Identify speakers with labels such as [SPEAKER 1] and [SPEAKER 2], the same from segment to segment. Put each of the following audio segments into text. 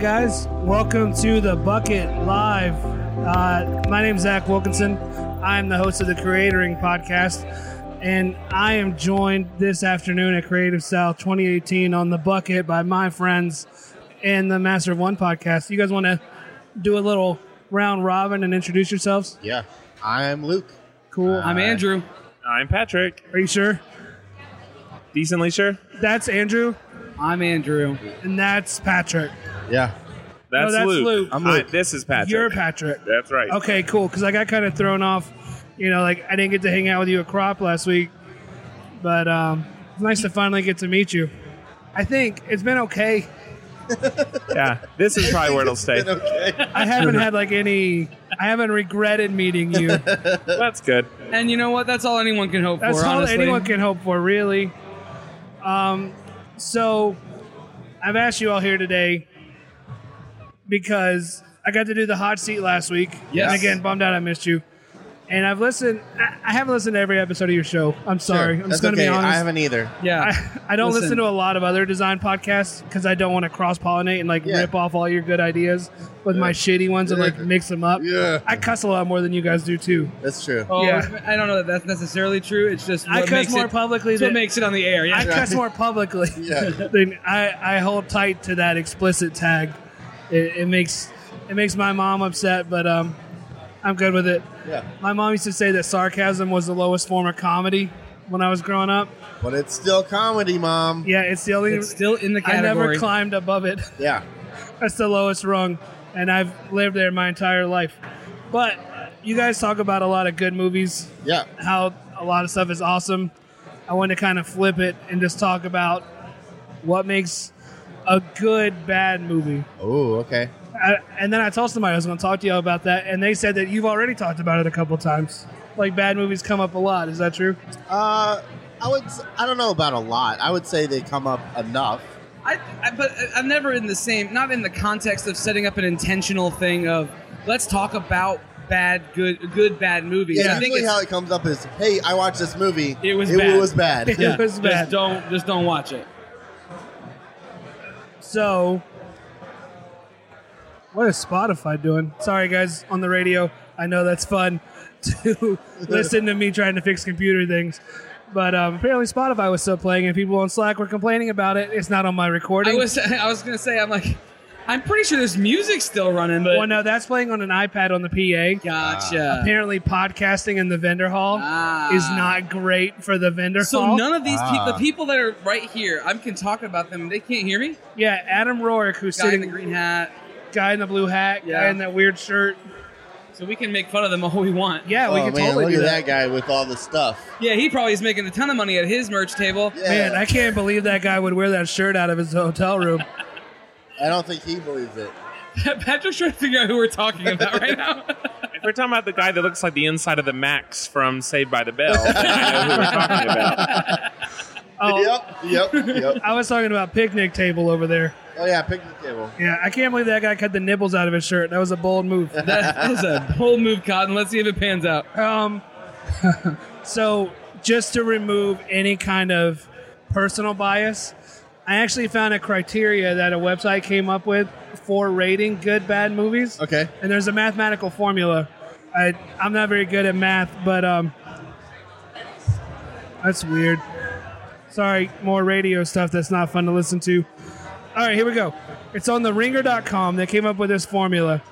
[SPEAKER 1] guys. Welcome to the Bucket Live. Uh, my name's Zach Wilkinson. I'm the host of the Creatoring podcast, and I am joined this afternoon at Creative South 2018 on the Bucket by my friends and the Master of One podcast. You guys want to do a little round robin and introduce yourselves?
[SPEAKER 2] Yeah, I'm Luke.
[SPEAKER 1] Cool.
[SPEAKER 3] I'm Andrew.
[SPEAKER 4] I'm Patrick.
[SPEAKER 1] Are you sure?
[SPEAKER 4] Decently sure.
[SPEAKER 1] That's Andrew,
[SPEAKER 3] I'm Andrew.
[SPEAKER 1] and that's Patrick.
[SPEAKER 2] Yeah,
[SPEAKER 4] That's,
[SPEAKER 1] that's Luke.
[SPEAKER 2] I'm
[SPEAKER 4] I-
[SPEAKER 2] Luke.
[SPEAKER 4] this is Patrick.
[SPEAKER 1] You're Patrick.
[SPEAKER 4] That's right.
[SPEAKER 1] Okay, cool. Because I got kind of thrown off. You know, like I didn't get to hang out with you at Crop last week, but um, it's nice to finally get to meet you. I think it's been okay.
[SPEAKER 4] Yeah. This is probably where it'll stay.
[SPEAKER 2] okay.
[SPEAKER 1] I haven't had like any. I haven't regretted meeting you. That's
[SPEAKER 4] That's good.
[SPEAKER 3] And you know what? That's all anyone can hope for.
[SPEAKER 1] all
[SPEAKER 3] honestly.
[SPEAKER 1] anyone can hope for, really. Um, so I've asked you all here today because I got to do the hot seat last week.
[SPEAKER 3] Yes.
[SPEAKER 1] And again, bummed out I missed you. And I've listened. I I haven't listened to every episode of your show. I'm sorry.
[SPEAKER 2] Sure.
[SPEAKER 1] I'm
[SPEAKER 2] That's
[SPEAKER 1] just going to
[SPEAKER 2] okay.
[SPEAKER 1] be honest.
[SPEAKER 2] I haven't uh, either.
[SPEAKER 3] Yeah.
[SPEAKER 1] I, I don't listen.
[SPEAKER 3] Listen.
[SPEAKER 1] to a lot of other design podcasts because I don't want to cross pollinate and like
[SPEAKER 2] Yeah.
[SPEAKER 1] rip off all your good ideas with my
[SPEAKER 2] Yeah.
[SPEAKER 1] shitty ones and like
[SPEAKER 2] Yeah.
[SPEAKER 1] mix them up.
[SPEAKER 2] Yeah.
[SPEAKER 1] I cuss a lot more than you guys do too.
[SPEAKER 2] That's true.
[SPEAKER 3] Oh,
[SPEAKER 1] Yeah.
[SPEAKER 3] I don't know that that's necessarily true. It's just
[SPEAKER 1] I
[SPEAKER 3] what
[SPEAKER 1] cuss
[SPEAKER 3] makes
[SPEAKER 1] more
[SPEAKER 3] it,
[SPEAKER 1] publicly
[SPEAKER 3] it's what
[SPEAKER 1] than
[SPEAKER 3] makes it on the air.
[SPEAKER 1] I
[SPEAKER 3] Yeah.
[SPEAKER 1] cuss more publicly
[SPEAKER 2] Yeah.
[SPEAKER 1] than I, I hold tight to that explicit tag. It, it makes it makes my mom upset, but um, I'm good with it.
[SPEAKER 2] Yeah.
[SPEAKER 1] My mom used to say that sarcasm was the lowest form of comedy when I was growing up.
[SPEAKER 2] But it's still comedy, Mom.
[SPEAKER 1] Yeah, it's the only.
[SPEAKER 3] it's still in the
[SPEAKER 1] I
[SPEAKER 3] category.
[SPEAKER 1] never climbed above it.
[SPEAKER 2] Yeah.
[SPEAKER 1] That's the lowest rung, and I've lived there my entire life. But you guys talk about a lot of good movies,
[SPEAKER 2] Yeah.
[SPEAKER 1] how a lot of stuff is awesome. I want to kind of flip it and just talk about what makes a good bad movie.
[SPEAKER 2] Oh, okay.
[SPEAKER 1] I, and then I told somebody I was going to talk to y'all about that, and they said that you've already talked about it a couple times. Like bad movies come up a lot. Is that true?
[SPEAKER 2] Uh, I would. s- I don't know about a lot. I would say they come up enough.
[SPEAKER 3] I, I, but I'm never in the same, not in the context of setting up an intentional thing of let's talk about bad, good, good, bad movies.
[SPEAKER 2] Yeah.
[SPEAKER 3] I think
[SPEAKER 2] usually,
[SPEAKER 3] it's,
[SPEAKER 2] how it comes up is, "Hey, I watched this movie.
[SPEAKER 3] It was bad."
[SPEAKER 2] was bad.
[SPEAKER 1] Yeah. it's bad.
[SPEAKER 3] Just don't, just don't watch it.
[SPEAKER 1] So, what is Spotify doing? Sorry, guys, on the radio. I know that's fun to listen to me trying to fix computer things. But um, apparently, Spotify was still playing, and people on Slack were complaining about it. It's not on my recording.
[SPEAKER 3] I was, I was gonna say, I'm like, I'm pretty sure this music's still running, but
[SPEAKER 1] well, Oh, no, that's playing on an iPad on the PA.
[SPEAKER 3] gotcha.
[SPEAKER 1] Apparently, podcasting in the vendor hall
[SPEAKER 3] Ah.
[SPEAKER 1] is not great for the vendor
[SPEAKER 3] So
[SPEAKER 1] hall.
[SPEAKER 3] none of these
[SPEAKER 2] Ah.
[SPEAKER 3] people, the people that are right here, I can talk about them. They can't hear me.
[SPEAKER 1] yeah, Adam Rorick, who's
[SPEAKER 3] Guy in
[SPEAKER 1] sitting,
[SPEAKER 3] the green hat.
[SPEAKER 1] guy in the blue hat, guy
[SPEAKER 3] Yeah.
[SPEAKER 1] in that weird shirt.
[SPEAKER 3] So we can make fun of them all we want.
[SPEAKER 1] Yeah, we
[SPEAKER 2] oh
[SPEAKER 1] could
[SPEAKER 2] man,
[SPEAKER 1] totally
[SPEAKER 2] look
[SPEAKER 1] do
[SPEAKER 2] at that guy with all the stuff.
[SPEAKER 3] Yeah, he probably is making a ton of money at his merch table.
[SPEAKER 2] Yeah.
[SPEAKER 1] Man, I can't believe that guy would wear that shirt out of his hotel room.
[SPEAKER 2] I don't think he believes it.
[SPEAKER 3] Patrick's trying to figure out who we're talking about right now.
[SPEAKER 4] If we're talking about the guy that looks like the inside of the Max from Saved by the Bell, I know who we're talking about.
[SPEAKER 1] Oh,
[SPEAKER 2] Yep. Yep. Yep.
[SPEAKER 1] I was talking about picnic table over there.
[SPEAKER 2] oh yeah, picnic table.
[SPEAKER 1] Yeah, I can't believe that guy cut the nibbles out of his shirt. That was a bold move.
[SPEAKER 3] that was a bold move, Cotton. Let's see if it pans out.
[SPEAKER 1] Um, so just to remove any kind of personal bias, I actually found a criteria that a website came up with for rating good bad movies.
[SPEAKER 2] Okay.
[SPEAKER 1] and there's a mathematical formula. I, I'm not very good at math, but um, that's weird. Sorry, more radio stuff that's not fun to listen to. All right, here we go. It's on the ringer.com. They came up with this formula.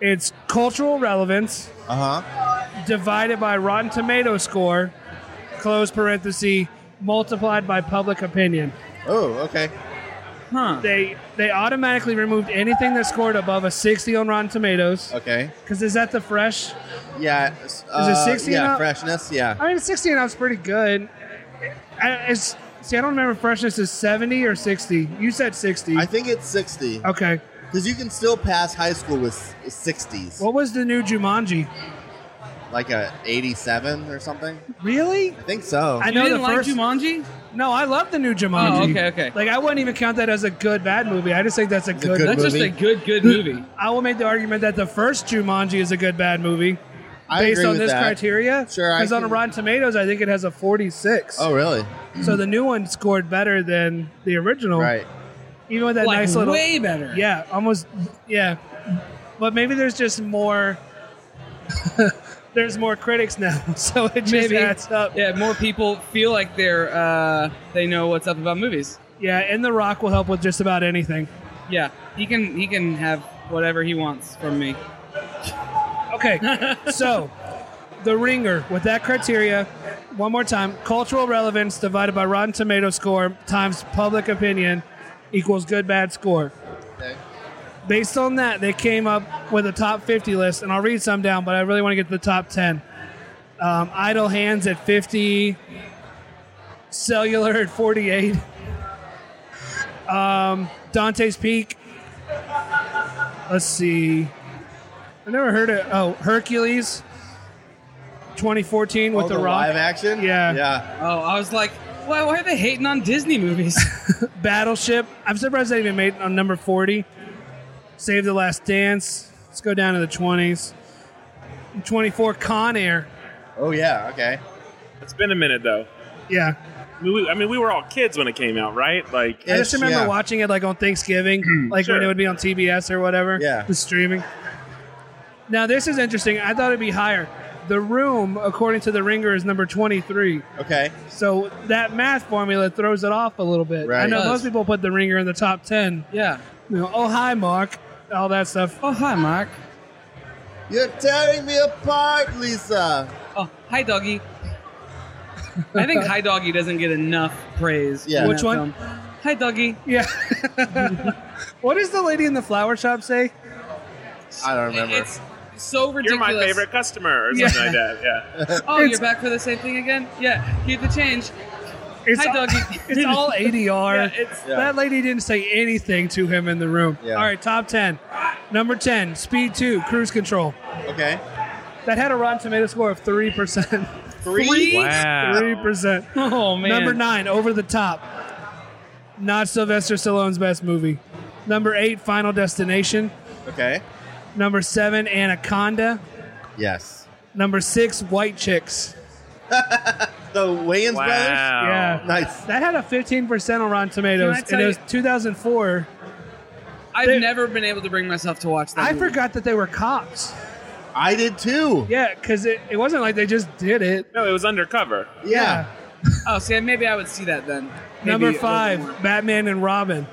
[SPEAKER 1] It's cultural relevance
[SPEAKER 2] Uh huh.
[SPEAKER 1] divided by Rotten Tomato score, close parenthesis, multiplied by public opinion.
[SPEAKER 2] Oh, okay.
[SPEAKER 3] Huh.
[SPEAKER 1] They they automatically removed anything that scored above a 60 on Rotten Tomatoes.
[SPEAKER 2] Okay.
[SPEAKER 1] Because is that the fresh?
[SPEAKER 2] Yeah. Is uh,
[SPEAKER 1] 60 and
[SPEAKER 2] Yeah,
[SPEAKER 1] up?
[SPEAKER 2] freshness. Yeah.
[SPEAKER 1] I mean, 60 and up's pretty good. I, it's, see, I don't remember if freshness is 70 or 60. You said 60.
[SPEAKER 2] I think it's 60
[SPEAKER 1] okay.
[SPEAKER 2] because you can still pass high school with s- 60s,
[SPEAKER 1] What was the new Jumanji?
[SPEAKER 2] like a 87 or something.
[SPEAKER 1] Really?
[SPEAKER 2] I think so.
[SPEAKER 1] I
[SPEAKER 3] You
[SPEAKER 1] know
[SPEAKER 3] didn't
[SPEAKER 1] the
[SPEAKER 3] like
[SPEAKER 1] first.
[SPEAKER 3] Jumanji?
[SPEAKER 1] no, I love the new Jumanji.
[SPEAKER 3] Oh, okay, okay.
[SPEAKER 1] Like, I wouldn't even count that as a good bad movie. I just think that's a
[SPEAKER 2] a
[SPEAKER 1] good.
[SPEAKER 2] good-
[SPEAKER 3] That's just
[SPEAKER 2] movie.
[SPEAKER 3] a good, good movie.
[SPEAKER 1] I will make the argument that the first Jumanji is a good bad movie
[SPEAKER 2] I
[SPEAKER 1] based
[SPEAKER 2] agree
[SPEAKER 1] on
[SPEAKER 2] with
[SPEAKER 1] this
[SPEAKER 2] that.
[SPEAKER 1] criteria.
[SPEAKER 2] Sure, I
[SPEAKER 1] Because on
[SPEAKER 2] can-
[SPEAKER 1] Rotten Tomatoes, I think it has a 46.
[SPEAKER 2] Oh, really?
[SPEAKER 1] So the new one scored better than the original.
[SPEAKER 2] Right.
[SPEAKER 1] even with that
[SPEAKER 3] like
[SPEAKER 1] nice little
[SPEAKER 3] way better.
[SPEAKER 1] Yeah, almost. Yeah, but maybe there's just more. there's more critics now, so it just
[SPEAKER 3] maybe
[SPEAKER 1] adds up.
[SPEAKER 3] yeah, more people feel like they're uh, they know what's up about movies.
[SPEAKER 1] Yeah, and The Rock will help with just about anything.
[SPEAKER 3] Yeah, he can he can have whatever he wants from me.
[SPEAKER 1] Okay, so The Ringer with that criteria. One more time: cultural relevance divided by Rotten Tomato score times public opinion equals good bad score.
[SPEAKER 2] Okay.
[SPEAKER 1] Based on that, they came up with a top 50 list, and I'll read some down, but I really want to get to the top 10. Um, Idle Hands at 50, Cellular at 48, um, Dante's Peak. Let's see. I never heard of oh Hercules, 2014 with
[SPEAKER 2] Oh,
[SPEAKER 1] the, Rock.
[SPEAKER 2] live action.
[SPEAKER 1] Yeah.
[SPEAKER 2] yeah.
[SPEAKER 3] Oh, I was like, why, why are they hating on Disney movies?
[SPEAKER 1] Battleship. I'm surprised they even made it on number 40. Save the Last Dance. Let's go down to the 20s. 24, Con Air.
[SPEAKER 2] Oh yeah. Okay.
[SPEAKER 4] It's been a minute though.
[SPEAKER 1] Yeah.
[SPEAKER 4] We, we- I mean, we were all kids when it came out, right? Like,
[SPEAKER 1] I just
[SPEAKER 2] Yes,
[SPEAKER 1] remember
[SPEAKER 2] yeah.
[SPEAKER 1] watching it like on Thanksgiving, like when
[SPEAKER 4] Sure.
[SPEAKER 1] it would be on TBS or whatever.
[SPEAKER 2] Yeah.
[SPEAKER 1] The streaming. Now, this is interesting. I thought it'd be higher. The Room, according to The Ringer, is number 23.
[SPEAKER 2] Okay.
[SPEAKER 1] So that math formula throws it off a little bit. I
[SPEAKER 2] Right.
[SPEAKER 1] know
[SPEAKER 3] It does.
[SPEAKER 1] most people put The Ringer in the top 10.
[SPEAKER 3] yeah.
[SPEAKER 1] You know, oh, hi, Mark. All that stuff.
[SPEAKER 3] Oh hi, Mark.
[SPEAKER 2] You're tearing me apart, Lisa.
[SPEAKER 3] Oh hi, doggy. I think Hi Doggy doesn't get enough praise.
[SPEAKER 2] Yeah.
[SPEAKER 3] in
[SPEAKER 1] Which
[SPEAKER 3] that
[SPEAKER 1] one?
[SPEAKER 3] film. Hi Doggy.
[SPEAKER 1] Yeah. what does the lady in the flower shop say?
[SPEAKER 2] I don't remember.
[SPEAKER 3] It's so
[SPEAKER 4] you're
[SPEAKER 3] ridiculous.
[SPEAKER 4] my favorite customer, or
[SPEAKER 1] Yeah.
[SPEAKER 4] something like that. Yeah.
[SPEAKER 3] Oh,
[SPEAKER 1] It's-
[SPEAKER 3] you're back for the same thing again? Yeah. Keep the change.
[SPEAKER 1] It's
[SPEAKER 3] Hi,
[SPEAKER 1] all,
[SPEAKER 3] doggy.
[SPEAKER 1] it's all ADR.
[SPEAKER 3] Yeah, it's-
[SPEAKER 2] Yeah.
[SPEAKER 1] That lady didn't say anything to him in the room.
[SPEAKER 2] Yeah.
[SPEAKER 1] All right, top 10. Number 10, Speed 2, Cruise Control.
[SPEAKER 2] okay.
[SPEAKER 1] That had a Rotten Tomato score of 3%.
[SPEAKER 2] Three.
[SPEAKER 4] Wow.
[SPEAKER 1] 3%.
[SPEAKER 3] Oh man.
[SPEAKER 1] Number nine, Over the Top. Not Sylvester Stallone's best movie. Number eight, Final Destination.
[SPEAKER 2] Okay.
[SPEAKER 1] Number seven, Anaconda.
[SPEAKER 2] Yes.
[SPEAKER 1] Number six, White Chicks.
[SPEAKER 2] The Wayans brothers.
[SPEAKER 4] Wow.
[SPEAKER 1] Yeah.
[SPEAKER 2] Nice.
[SPEAKER 1] That had a 15% on Rotten Tomatoes,
[SPEAKER 3] Can I
[SPEAKER 1] and it
[SPEAKER 3] tell
[SPEAKER 1] was
[SPEAKER 3] you-
[SPEAKER 1] 2004.
[SPEAKER 3] I've
[SPEAKER 1] They-
[SPEAKER 3] never been able to bring myself to watch that.
[SPEAKER 1] I
[SPEAKER 3] movie.
[SPEAKER 1] forgot that they were cops.
[SPEAKER 2] I did too.
[SPEAKER 1] Yeah, because it, it wasn't like they just did it.
[SPEAKER 4] No, it was undercover.
[SPEAKER 2] Yeah.
[SPEAKER 3] Oh, see, maybe I would see that then. Maybe it
[SPEAKER 1] Number
[SPEAKER 3] was more.
[SPEAKER 1] five, Batman and Robin.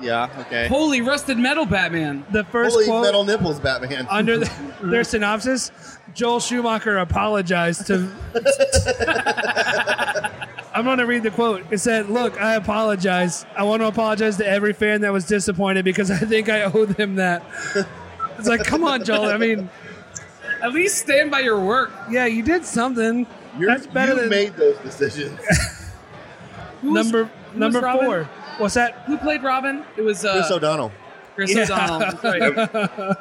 [SPEAKER 2] Yeah. okay.
[SPEAKER 3] Holy rusted metal Batman.
[SPEAKER 1] The first
[SPEAKER 2] Holy
[SPEAKER 1] quote
[SPEAKER 2] metal nipples, Batman.
[SPEAKER 1] under the, their synopsis, Joel Schumacher apologized to. I'm going to read the quote. It said, Look, I apologize. I want to apologize to every fan that was disappointed because I think I owe them that. It's like, come on, Joel. I mean,
[SPEAKER 3] At least stand by your work.
[SPEAKER 1] yeah, you did something.
[SPEAKER 2] You're-
[SPEAKER 1] That's better
[SPEAKER 2] you
[SPEAKER 1] than
[SPEAKER 2] made those decisions.
[SPEAKER 3] Who was-
[SPEAKER 1] number
[SPEAKER 3] who was
[SPEAKER 1] number
[SPEAKER 3] Robin?
[SPEAKER 1] four. What's that?
[SPEAKER 3] Who played Robin? It was uh,
[SPEAKER 2] Chris O'Donnell.
[SPEAKER 3] Chris
[SPEAKER 1] Yeah.
[SPEAKER 3] O'Donnell. That's right.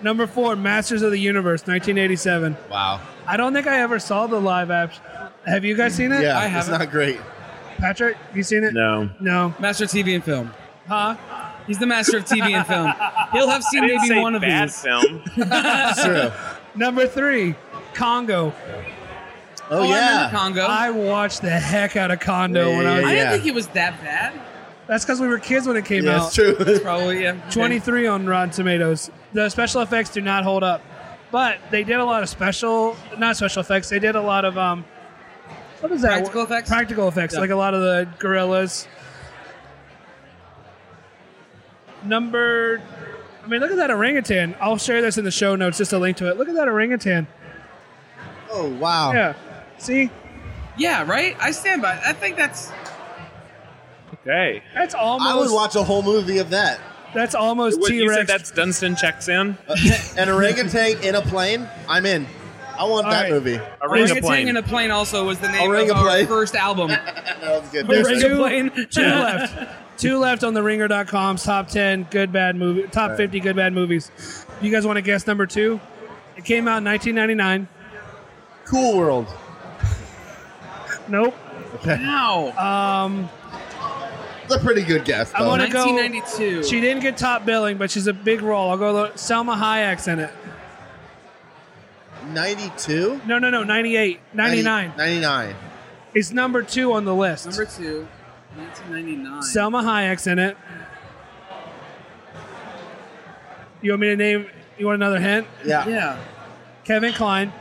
[SPEAKER 1] Number four, Masters of the Universe, 1987.
[SPEAKER 2] Wow.
[SPEAKER 1] I don't think I ever saw the live apps. Have you guys seen it?
[SPEAKER 2] Yeah,
[SPEAKER 3] I
[SPEAKER 2] it's
[SPEAKER 3] haven't.
[SPEAKER 2] not great.
[SPEAKER 1] Patrick, you seen it?
[SPEAKER 4] No.
[SPEAKER 1] No.
[SPEAKER 3] master of TV and film.
[SPEAKER 1] Huh?
[SPEAKER 3] He's the master of TV and film. He'll have seen
[SPEAKER 4] I didn't
[SPEAKER 3] maybe
[SPEAKER 4] say
[SPEAKER 3] one of
[SPEAKER 4] bad
[SPEAKER 3] these.
[SPEAKER 4] film.
[SPEAKER 2] True.
[SPEAKER 1] Number three, Congo.
[SPEAKER 2] Oh,
[SPEAKER 3] Oh, I remember
[SPEAKER 2] yeah.
[SPEAKER 3] Congo.
[SPEAKER 1] I watched the heck out of Condo when I was.
[SPEAKER 3] I didn't
[SPEAKER 2] yeah.
[SPEAKER 3] think he was that bad.
[SPEAKER 1] That's because we were kids when it came
[SPEAKER 2] Yeah,
[SPEAKER 1] out.
[SPEAKER 2] it's true.
[SPEAKER 3] Probably yeah.
[SPEAKER 1] 23 on Rotten Tomatoes. The special effects do not hold up, but they did a lot of special, not special effects. They did a lot of um, what is that?
[SPEAKER 3] Practical effects?
[SPEAKER 1] Practical effects,
[SPEAKER 3] Yeah.
[SPEAKER 1] like a lot of the gorillas. Number, I mean, look at that orangutan. I'll share this in the show notes, just a link to it. Look at that orangutan.
[SPEAKER 2] oh, wow.
[SPEAKER 1] Yeah, see,
[SPEAKER 3] Yeah, right. I stand by. I think that's
[SPEAKER 4] Okay.
[SPEAKER 1] that's
[SPEAKER 2] I would
[SPEAKER 1] almost
[SPEAKER 2] watch a whole movie of that.
[SPEAKER 1] that's almost
[SPEAKER 4] What,
[SPEAKER 1] T
[SPEAKER 4] you said
[SPEAKER 1] Rex
[SPEAKER 4] that's Dunstan checks in.
[SPEAKER 2] Uh, An orangutan in a plane? I'm in. I want
[SPEAKER 1] All
[SPEAKER 2] that
[SPEAKER 1] right.
[SPEAKER 2] movie.
[SPEAKER 4] Arena
[SPEAKER 3] Orangutan
[SPEAKER 4] plane.
[SPEAKER 3] in a plane. Also was the name of
[SPEAKER 2] Orangutan.
[SPEAKER 3] our first album.
[SPEAKER 2] That was good.
[SPEAKER 1] There's
[SPEAKER 2] There's
[SPEAKER 1] two,
[SPEAKER 3] plane.
[SPEAKER 1] two left. Two left on the ringer.com's top 10 good bad movie, top 50 good bad movies. You guys want to guess number two? It came out in 1999.
[SPEAKER 2] Cool World.
[SPEAKER 1] Nope.
[SPEAKER 3] Wow.
[SPEAKER 1] Um,
[SPEAKER 2] It's a pretty good guess.
[SPEAKER 1] I
[SPEAKER 2] though.
[SPEAKER 1] wanna go-
[SPEAKER 3] 1992.
[SPEAKER 1] she didn't get top billing, but she's a big role. I'll go look. Selma Hayek's in it.
[SPEAKER 2] 92?
[SPEAKER 1] No, no, no. 98. 99.
[SPEAKER 2] 99.
[SPEAKER 1] It's number two on the list.
[SPEAKER 3] Number two. 1999.
[SPEAKER 1] Selma Hayek's in it. You want me to name? You want another hint?
[SPEAKER 2] Yeah.
[SPEAKER 3] yeah.
[SPEAKER 1] Kevin Klein.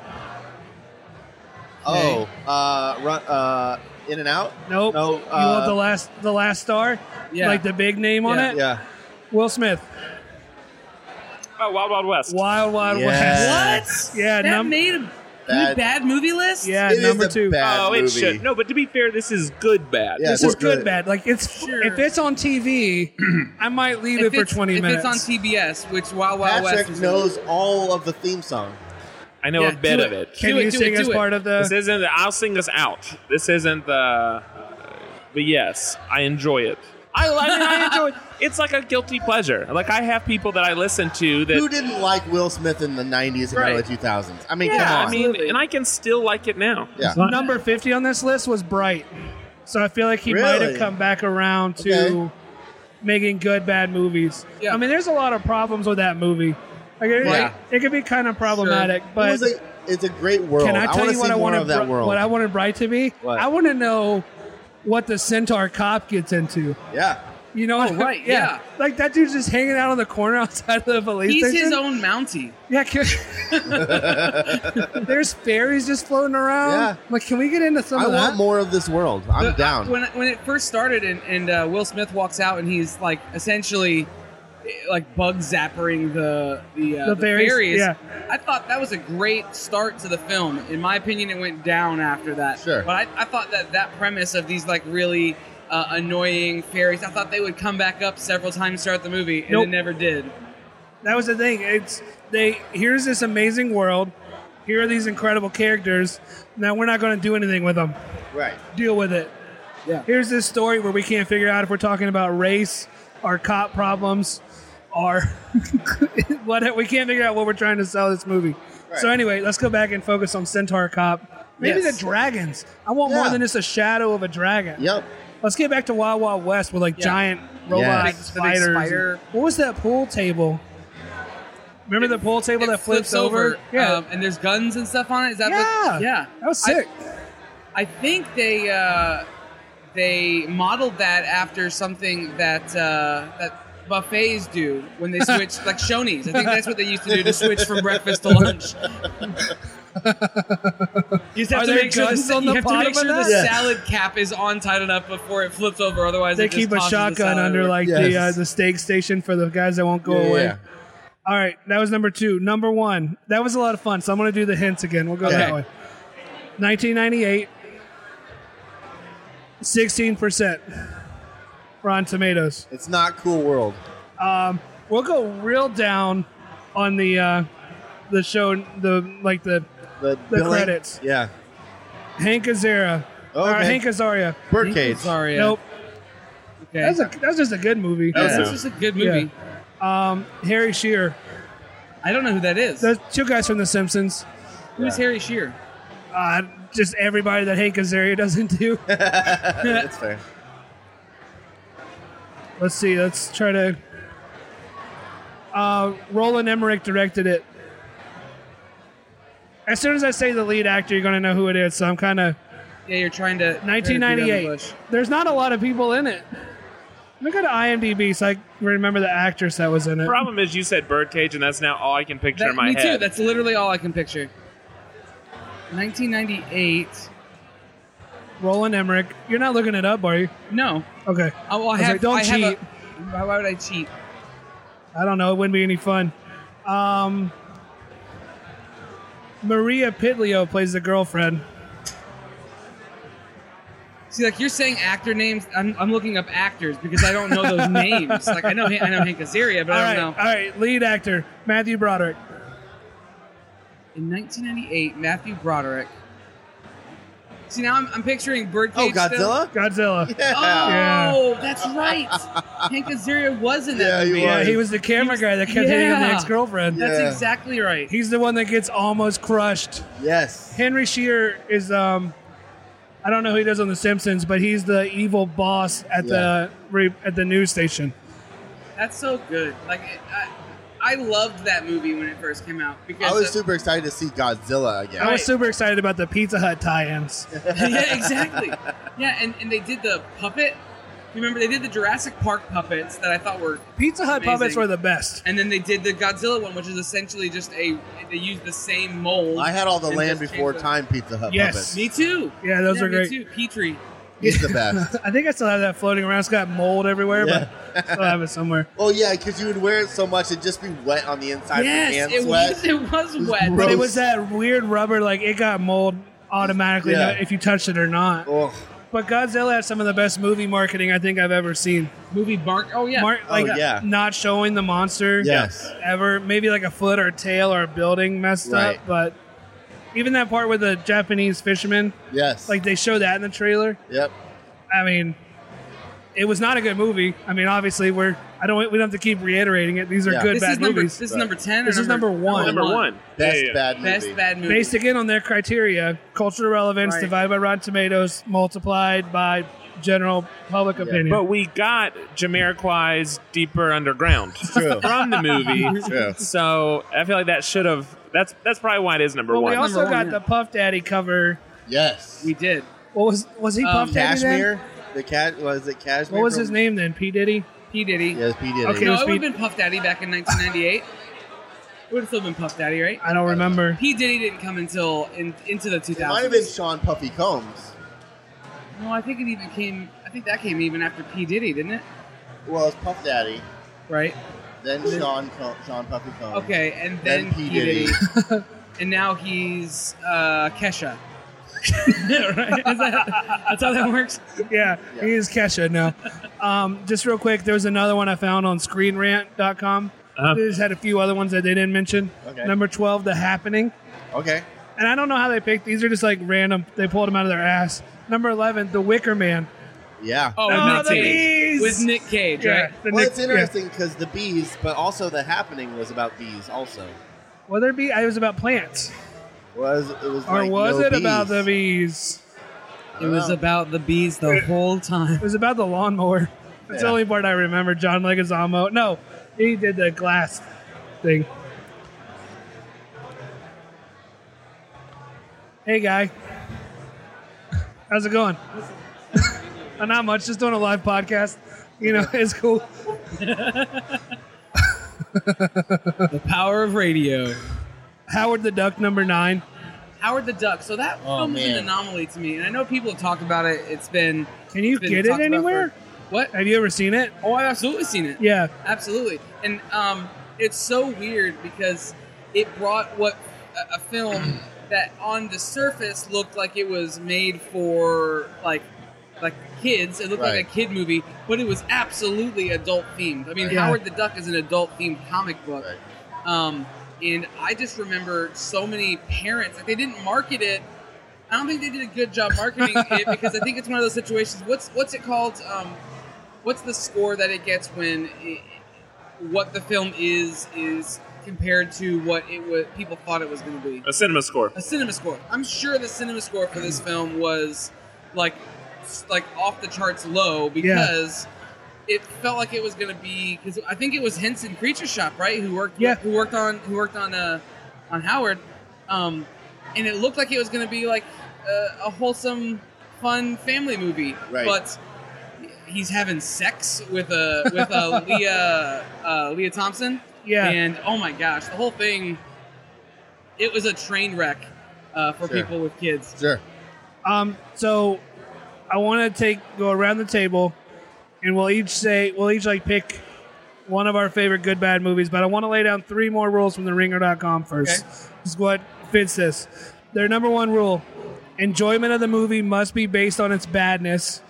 [SPEAKER 2] Oh, uh, run, uh, in and out.
[SPEAKER 1] Nope.
[SPEAKER 2] No.
[SPEAKER 1] you want the
[SPEAKER 2] Uh,
[SPEAKER 1] last the last star?
[SPEAKER 3] Yeah.
[SPEAKER 1] Like the big name on
[SPEAKER 3] Yeah.
[SPEAKER 1] it?
[SPEAKER 2] yeah.
[SPEAKER 1] Will Smith.
[SPEAKER 4] Oh, Wild Wild West.
[SPEAKER 1] Wild Wild
[SPEAKER 2] Yeah.
[SPEAKER 1] West. Yeah.
[SPEAKER 3] That
[SPEAKER 1] num-
[SPEAKER 3] made a
[SPEAKER 2] Bad-
[SPEAKER 3] bad, bad movie list.
[SPEAKER 1] yeah.
[SPEAKER 2] It is
[SPEAKER 1] number
[SPEAKER 2] a
[SPEAKER 1] two.
[SPEAKER 2] bad
[SPEAKER 4] oh, it
[SPEAKER 2] movie.
[SPEAKER 4] should. No, but to be fair, this is good bad.
[SPEAKER 2] Yeah,
[SPEAKER 1] This is
[SPEAKER 2] we're
[SPEAKER 1] good, bad. Like it's
[SPEAKER 3] Sure.
[SPEAKER 1] if it's on TV, I might leave it for
[SPEAKER 3] it's-
[SPEAKER 1] twenty
[SPEAKER 3] if
[SPEAKER 1] minutes.
[SPEAKER 3] it's on TBS, which Wild Wild
[SPEAKER 2] Patrick
[SPEAKER 3] West was-
[SPEAKER 2] knows all of the theme song.
[SPEAKER 4] I know
[SPEAKER 3] Yeah,
[SPEAKER 4] a bit
[SPEAKER 3] do
[SPEAKER 4] of
[SPEAKER 3] it.
[SPEAKER 4] it.
[SPEAKER 1] Can
[SPEAKER 3] Do it,
[SPEAKER 1] you
[SPEAKER 3] do
[SPEAKER 1] sing
[SPEAKER 3] it,
[SPEAKER 1] as
[SPEAKER 3] do it.
[SPEAKER 1] part of the?
[SPEAKER 4] This isn't. I'll sing us out. This isn't the. But yes, I enjoy it. I, I, mean, I enjoy it. It's like a guilty pleasure. Like I have people that I listen to that.
[SPEAKER 2] Who didn't like Will Smith in the '90s and
[SPEAKER 4] Right.
[SPEAKER 2] early 2000s? I mean,
[SPEAKER 4] yeah,
[SPEAKER 2] come on.
[SPEAKER 4] I mean, and I can still like it now.
[SPEAKER 2] yeah.
[SPEAKER 1] Number fifty on this list was Bright, so I feel like he might have
[SPEAKER 2] Really?
[SPEAKER 1] come back around to
[SPEAKER 2] Okay.
[SPEAKER 1] making good bad movies.
[SPEAKER 3] Yeah.
[SPEAKER 1] I mean, there's a lot of problems with that movie. Like, it,
[SPEAKER 2] Yeah.
[SPEAKER 1] it, could be kind of problematic,
[SPEAKER 2] It
[SPEAKER 1] but
[SPEAKER 2] was a, it's a great world.
[SPEAKER 1] can I tell
[SPEAKER 2] wanna
[SPEAKER 1] you
[SPEAKER 2] see
[SPEAKER 1] what I
[SPEAKER 2] more
[SPEAKER 1] wanted?
[SPEAKER 2] of that
[SPEAKER 1] Bri-
[SPEAKER 2] world.
[SPEAKER 1] What I wanted Bright to be?
[SPEAKER 2] What?
[SPEAKER 1] I want to know what the centaur cop gets into.
[SPEAKER 2] yeah.
[SPEAKER 1] You know,
[SPEAKER 3] Oh, right, yeah.
[SPEAKER 1] Like that dude's just hanging out on the corner outside the police
[SPEAKER 3] He's
[SPEAKER 1] station.
[SPEAKER 3] his own Mountie.
[SPEAKER 1] yeah, can- there's fairies just floating around.
[SPEAKER 2] Yeah.
[SPEAKER 1] Like, can we get into some
[SPEAKER 2] I
[SPEAKER 1] of that? uh,
[SPEAKER 2] want more of this world. I'm
[SPEAKER 3] But
[SPEAKER 2] down.
[SPEAKER 3] When when it first started, and, and uh, Will Smith walks out, and he's like essentially eh, like bug zappering the the, uh,
[SPEAKER 1] The berries,
[SPEAKER 3] berries.
[SPEAKER 1] yeah.
[SPEAKER 3] I thought that was a great start to the film. In my opinion, it went down after that.
[SPEAKER 2] Sure.
[SPEAKER 3] But I, I thought that that premise of these like really uh, annoying fairies, I thought they would come back up several times throughout the movie, and
[SPEAKER 1] Nope.
[SPEAKER 3] it never did.
[SPEAKER 1] That was the thing. It's they here's this amazing world. Here are these incredible characters. Now we're not going to do anything with them.
[SPEAKER 2] right.
[SPEAKER 1] Deal with it.
[SPEAKER 3] Yeah.
[SPEAKER 1] Here's this story where we can't figure out if we're talking about race, our cop problems, our what we can't figure out what we're trying to sell this movie.
[SPEAKER 2] Right.
[SPEAKER 1] So anyway, let's go back and focus on Centaur Cop. Maybe
[SPEAKER 3] Yes.
[SPEAKER 1] the dragons. I want more
[SPEAKER 2] Yeah.
[SPEAKER 1] than just a shadow of a dragon.
[SPEAKER 2] Yep.
[SPEAKER 1] Let's get back to Wild Wild West with like
[SPEAKER 3] Yeah.
[SPEAKER 1] giant robot
[SPEAKER 2] Yes.
[SPEAKER 3] Big- the big
[SPEAKER 1] spiders.
[SPEAKER 3] spider.
[SPEAKER 1] What was that pool table? Remember the pool table
[SPEAKER 3] It
[SPEAKER 1] that flips, over? Yeah,
[SPEAKER 3] um, and there's guns and stuff on it. Is that
[SPEAKER 1] Yeah.
[SPEAKER 3] what? Yeah,
[SPEAKER 1] that was
[SPEAKER 3] I-
[SPEAKER 1] sick.
[SPEAKER 3] I think they uh, they modeled that after something that uh, that buffets do when they switch, like Shoney's. I think that's what they used to do to switch from breakfast to lunch. You just have
[SPEAKER 1] Are
[SPEAKER 3] to
[SPEAKER 1] there
[SPEAKER 3] make sure,
[SPEAKER 1] guns
[SPEAKER 3] the,
[SPEAKER 1] on
[SPEAKER 3] you
[SPEAKER 1] the
[SPEAKER 3] have to
[SPEAKER 1] bottom
[SPEAKER 3] make sure
[SPEAKER 1] of that?
[SPEAKER 3] the
[SPEAKER 2] Yeah.
[SPEAKER 3] salad cap is on tight enough before it flips over. Otherwise,
[SPEAKER 1] they
[SPEAKER 3] it just
[SPEAKER 1] keep a
[SPEAKER 3] tosses the
[SPEAKER 1] shotgun
[SPEAKER 3] salad
[SPEAKER 1] under
[SPEAKER 3] over.
[SPEAKER 1] like the uh,
[SPEAKER 2] Yes.
[SPEAKER 1] the stake station for the guys that won't go
[SPEAKER 2] Yeah, yeah,
[SPEAKER 1] away.
[SPEAKER 2] yeah.
[SPEAKER 1] All right, that was number two. Number one, that was a lot of fun. So I'm going to do the hints again. We'll go
[SPEAKER 2] Okay.
[SPEAKER 1] that way. 1998, 16 percent Rotten Tomatoes.
[SPEAKER 2] It's not cool world.
[SPEAKER 1] We'll go real down on the uh, the show. The like the
[SPEAKER 2] The,
[SPEAKER 1] The
[SPEAKER 2] billing-
[SPEAKER 1] credits.
[SPEAKER 2] Yeah.
[SPEAKER 1] Hank Azaria or
[SPEAKER 2] Okay.
[SPEAKER 1] Hank Azaria.
[SPEAKER 2] Birdcage.
[SPEAKER 3] Sorry,
[SPEAKER 1] Nope,
[SPEAKER 3] Okay.
[SPEAKER 1] that's a that's just a good movie.
[SPEAKER 3] That was-
[SPEAKER 2] Yeah.
[SPEAKER 3] this is a good movie.
[SPEAKER 1] Um, Harry Shearer.
[SPEAKER 3] I don't know who that is.
[SPEAKER 1] Those two guys from The Simpsons.
[SPEAKER 3] Who's Harry Shearer?
[SPEAKER 1] Uh, just everybody that Hank Azaria doesn't do.
[SPEAKER 2] That's fair.
[SPEAKER 1] Let's see. Let's try to. Uh, Roland Emmerich directed it. As soon as I say the lead actor, you're going to know who it is. So I'm kind of
[SPEAKER 3] Yeah, you're trying to. trying to beat around the
[SPEAKER 1] 1998.
[SPEAKER 3] bush.
[SPEAKER 1] There's not a lot of people in it. Look at IMDb, so I remember the actress that was in it.
[SPEAKER 4] The problem is, you said birdcage, and that's now all I can picture
[SPEAKER 3] That-
[SPEAKER 4] in my
[SPEAKER 3] me
[SPEAKER 4] head.
[SPEAKER 3] too. That's literally all I can picture. 1998.
[SPEAKER 1] Roland Emmerich. You're not looking it up, are you?
[SPEAKER 3] No.
[SPEAKER 1] Okay.
[SPEAKER 3] I, well, I
[SPEAKER 1] I was
[SPEAKER 3] have.
[SPEAKER 1] like, don't
[SPEAKER 3] I have a-
[SPEAKER 1] cheat.
[SPEAKER 3] why, why would I cheat?
[SPEAKER 1] I don't know. It wouldn't be any fun. Um, Maria Pitlio plays the girlfriend.
[SPEAKER 3] See, like you're saying actor names. I'm, I'm looking up actors because I don't know those names. Like I know Han- I know Hank Azaria, but
[SPEAKER 1] all
[SPEAKER 3] I
[SPEAKER 1] right,
[SPEAKER 3] don't know.
[SPEAKER 1] all right. Lead actor Matthew Broderick.
[SPEAKER 3] In 1998, Matthew Broderick. See now I'm, I'm picturing
[SPEAKER 2] Oh,
[SPEAKER 3] Birdcage. still.
[SPEAKER 2] Godzilla.
[SPEAKER 1] Godzilla.
[SPEAKER 2] Yeah.
[SPEAKER 3] Oh, that's right. Hank Azaria was in that
[SPEAKER 2] Yeah, he
[SPEAKER 3] movie.
[SPEAKER 1] Yeah,
[SPEAKER 2] was.
[SPEAKER 1] he was the camera guy that kept hitting the
[SPEAKER 3] Yeah.
[SPEAKER 1] ex-girlfriend.
[SPEAKER 3] That's
[SPEAKER 2] Yeah.
[SPEAKER 3] exactly right.
[SPEAKER 1] He's the one that gets almost crushed.
[SPEAKER 2] Yes.
[SPEAKER 1] Henry Shear is um I don't know who he does on The Simpsons, but he's the evil boss at the re, at the news station.
[SPEAKER 3] That's so good. Like, it, I, I loved that movie when it first came out because
[SPEAKER 2] I was
[SPEAKER 3] of-
[SPEAKER 2] super excited to see Godzilla
[SPEAKER 1] I
[SPEAKER 2] again.
[SPEAKER 1] was super excited about the Pizza Hut tie-ins.
[SPEAKER 3] yeah, exactly. Yeah, and, and they did the puppet You remember they did the Jurassic Park puppets that I thought were,
[SPEAKER 1] Pizza Hut puppets
[SPEAKER 3] Amazing.
[SPEAKER 1] were the best.
[SPEAKER 3] and then they did the Godzilla one, which is essentially just a they used the same mold.
[SPEAKER 2] I had all the
[SPEAKER 3] and
[SPEAKER 2] land
[SPEAKER 3] just
[SPEAKER 2] before
[SPEAKER 3] changed
[SPEAKER 2] time Pizza Hut
[SPEAKER 1] Yes.
[SPEAKER 2] puppets.
[SPEAKER 3] them. Me too.
[SPEAKER 1] Yeah, those
[SPEAKER 3] yeah,
[SPEAKER 1] are
[SPEAKER 3] me
[SPEAKER 1] great.
[SPEAKER 3] Too. Petrie.
[SPEAKER 2] He's the best.
[SPEAKER 1] I think I still have that floating around. It's got mold everywhere, but I still have it somewhere.
[SPEAKER 2] oh yeah, because you would wear it so much it'd just be wet on the inside. from
[SPEAKER 3] yes,
[SPEAKER 2] hand
[SPEAKER 3] it
[SPEAKER 2] sweat.
[SPEAKER 3] was. It was wet.
[SPEAKER 1] But
[SPEAKER 2] gross.
[SPEAKER 1] it was that weird rubber, like it got mold automatically
[SPEAKER 2] Yeah.
[SPEAKER 1] no- if you touched it or not.
[SPEAKER 2] Ugh.
[SPEAKER 1] But Godzilla has some of the best movie marketing I think I've ever seen.
[SPEAKER 3] Movie bark. Oh yeah.
[SPEAKER 1] Mar- like uh,
[SPEAKER 2] Oh, yeah.
[SPEAKER 1] not showing the monster
[SPEAKER 2] Yes.
[SPEAKER 1] ever, maybe like a foot or a tail or a building messed
[SPEAKER 2] Right.
[SPEAKER 1] up. But even that part with the Japanese fisherman,
[SPEAKER 2] Yes.
[SPEAKER 1] like they show that in the trailer.
[SPEAKER 2] Yep.
[SPEAKER 1] I mean, it was not a good movie. I mean, obviously we're I don't we don't have to keep reiterating it. These are
[SPEAKER 2] Yeah.
[SPEAKER 1] good
[SPEAKER 3] this
[SPEAKER 1] bad
[SPEAKER 3] is number.
[SPEAKER 1] movies.
[SPEAKER 3] This is number ten. or
[SPEAKER 1] This is number one.
[SPEAKER 4] Number one.
[SPEAKER 2] Best
[SPEAKER 4] Yeah, yeah.
[SPEAKER 2] bad movie.
[SPEAKER 3] Best bad movie.
[SPEAKER 1] based again on their criteria cultural relevance
[SPEAKER 3] Right.
[SPEAKER 1] divided by rotten tomatoes multiplied by general public opinion
[SPEAKER 4] But we got Jamiroquai's Deeper Underground
[SPEAKER 2] True.
[SPEAKER 4] from the movie.
[SPEAKER 2] True.
[SPEAKER 4] So I feel like that should have. That's that's probably why it is number
[SPEAKER 1] But
[SPEAKER 4] one.
[SPEAKER 1] we also
[SPEAKER 3] Number one,
[SPEAKER 1] got
[SPEAKER 3] yeah.
[SPEAKER 1] the puff daddy cover
[SPEAKER 2] Yes.
[SPEAKER 3] We did.
[SPEAKER 1] what was was he
[SPEAKER 3] Um,
[SPEAKER 1] puff daddy then?
[SPEAKER 2] Cashmere. The cat was it Cashmere?
[SPEAKER 1] what was
[SPEAKER 2] from-
[SPEAKER 1] his name then p diddy
[SPEAKER 3] P Diddy.
[SPEAKER 2] Yes, P Diddy.
[SPEAKER 1] Okay.
[SPEAKER 3] No,
[SPEAKER 1] was
[SPEAKER 3] it would have
[SPEAKER 1] P-
[SPEAKER 3] been Puff Daddy back in 1998. it would have still been Puff Daddy, right?
[SPEAKER 1] i don't remember
[SPEAKER 3] P Diddy didn't come until in, into the 2000s.
[SPEAKER 2] It might have been Sean Puffy Combs.
[SPEAKER 3] No, I think it even came. I think that came even after P Diddy, didn't it?
[SPEAKER 2] Well, it's Puff Daddy,
[SPEAKER 3] Right.
[SPEAKER 2] then Sean Co- Sean Puffy Combs.
[SPEAKER 3] Okay, and then, P Diddy, and now he's uh, Kesha. right? Is that- that's how that works.
[SPEAKER 1] yeah,
[SPEAKER 2] Yeah.
[SPEAKER 1] he is kesha now um, just real quick there's another one i found on screenrant.com
[SPEAKER 4] Uh-huh.
[SPEAKER 1] they just had a few other ones that they didn't mention
[SPEAKER 2] Okay.
[SPEAKER 1] number 12 the happening
[SPEAKER 2] Okay.
[SPEAKER 1] and i don't know how they picked these are just like random they pulled them out of their ass number 11 the wicker man
[SPEAKER 2] Yeah.
[SPEAKER 3] Oh,
[SPEAKER 1] No,
[SPEAKER 3] with
[SPEAKER 1] the
[SPEAKER 3] Nick Cage.
[SPEAKER 1] bees!
[SPEAKER 3] With Nick Cage, right?
[SPEAKER 1] the
[SPEAKER 2] well,
[SPEAKER 1] Nick-
[SPEAKER 2] it's interesting because the bees, but also the happening was about bees. Also,
[SPEAKER 1] yeah. well there be i was about plants
[SPEAKER 2] was it was
[SPEAKER 1] Or
[SPEAKER 2] like
[SPEAKER 1] was
[SPEAKER 2] no
[SPEAKER 1] it about
[SPEAKER 2] bees.
[SPEAKER 1] the bees?
[SPEAKER 2] I
[SPEAKER 3] It
[SPEAKER 2] don't
[SPEAKER 3] was
[SPEAKER 2] know.
[SPEAKER 3] about the bees the whole time.
[SPEAKER 1] It was about the lawnmower. That's the
[SPEAKER 2] Yeah.
[SPEAKER 1] only part I remember. John Leguizamo. No, he did the glass thing. Hey, guy. How's it going? Uh, Not much. Just doing a live podcast. You know, it's cool.
[SPEAKER 3] the power of radio.
[SPEAKER 1] Howard the Duck, number nine.
[SPEAKER 3] Howard the Duck. So that
[SPEAKER 2] Oh,
[SPEAKER 3] film is
[SPEAKER 2] man.
[SPEAKER 3] an anomaly to me, and I know people have talked about it. It's been
[SPEAKER 1] Can you
[SPEAKER 3] been
[SPEAKER 1] get it
[SPEAKER 3] talked about
[SPEAKER 1] anywhere?
[SPEAKER 3] for- what?
[SPEAKER 1] Have you ever seen it?
[SPEAKER 3] Oh, I've absolutely seen it.
[SPEAKER 1] Yeah.
[SPEAKER 3] absolutely. And um, it's so weird because it brought what a, a film that on the surface looked like it was made for like like kids. It looked like
[SPEAKER 2] Right.
[SPEAKER 3] a kid movie, but it was absolutely adult themed. I mean,
[SPEAKER 1] Yeah.
[SPEAKER 3] Howard the Duck is an adult themed comic book.
[SPEAKER 2] Right.
[SPEAKER 3] Um, and I just remember so many parents like they didn't market it. I don't think they did a good job marketing it because I think it's one of those situations. What's what's it called? Um, what's the score that it gets when it, what the film is is compared to what it was people thought it was going to be?
[SPEAKER 4] a cinema score.
[SPEAKER 3] A cinema score. I'm sure the cinema score for this film was like s- like off the charts low because. It felt like it was going to be because I think it was Henson Creature Shop, right? Who worked,
[SPEAKER 1] Yeah.
[SPEAKER 3] who worked on, who worked on, uh, on Howard, um, and it looked like it was going to be like a, a wholesome, fun family movie.
[SPEAKER 2] Right.
[SPEAKER 3] But he's having sex with a with a Leah uh, Leah Thompson.
[SPEAKER 1] Yeah.
[SPEAKER 3] And oh my gosh, the whole thing. It was a train wreck uh, for
[SPEAKER 2] Sure.
[SPEAKER 3] people with kids.
[SPEAKER 2] Sure.
[SPEAKER 1] Um, so I want to take go around the table, and we'll each say we'll each like pick one of our favorite good bad movies. But I want to lay down three more rules from the Ringer.com first. Just what fits this. Their number one rule: enjoyment of the movie must be based on its badness.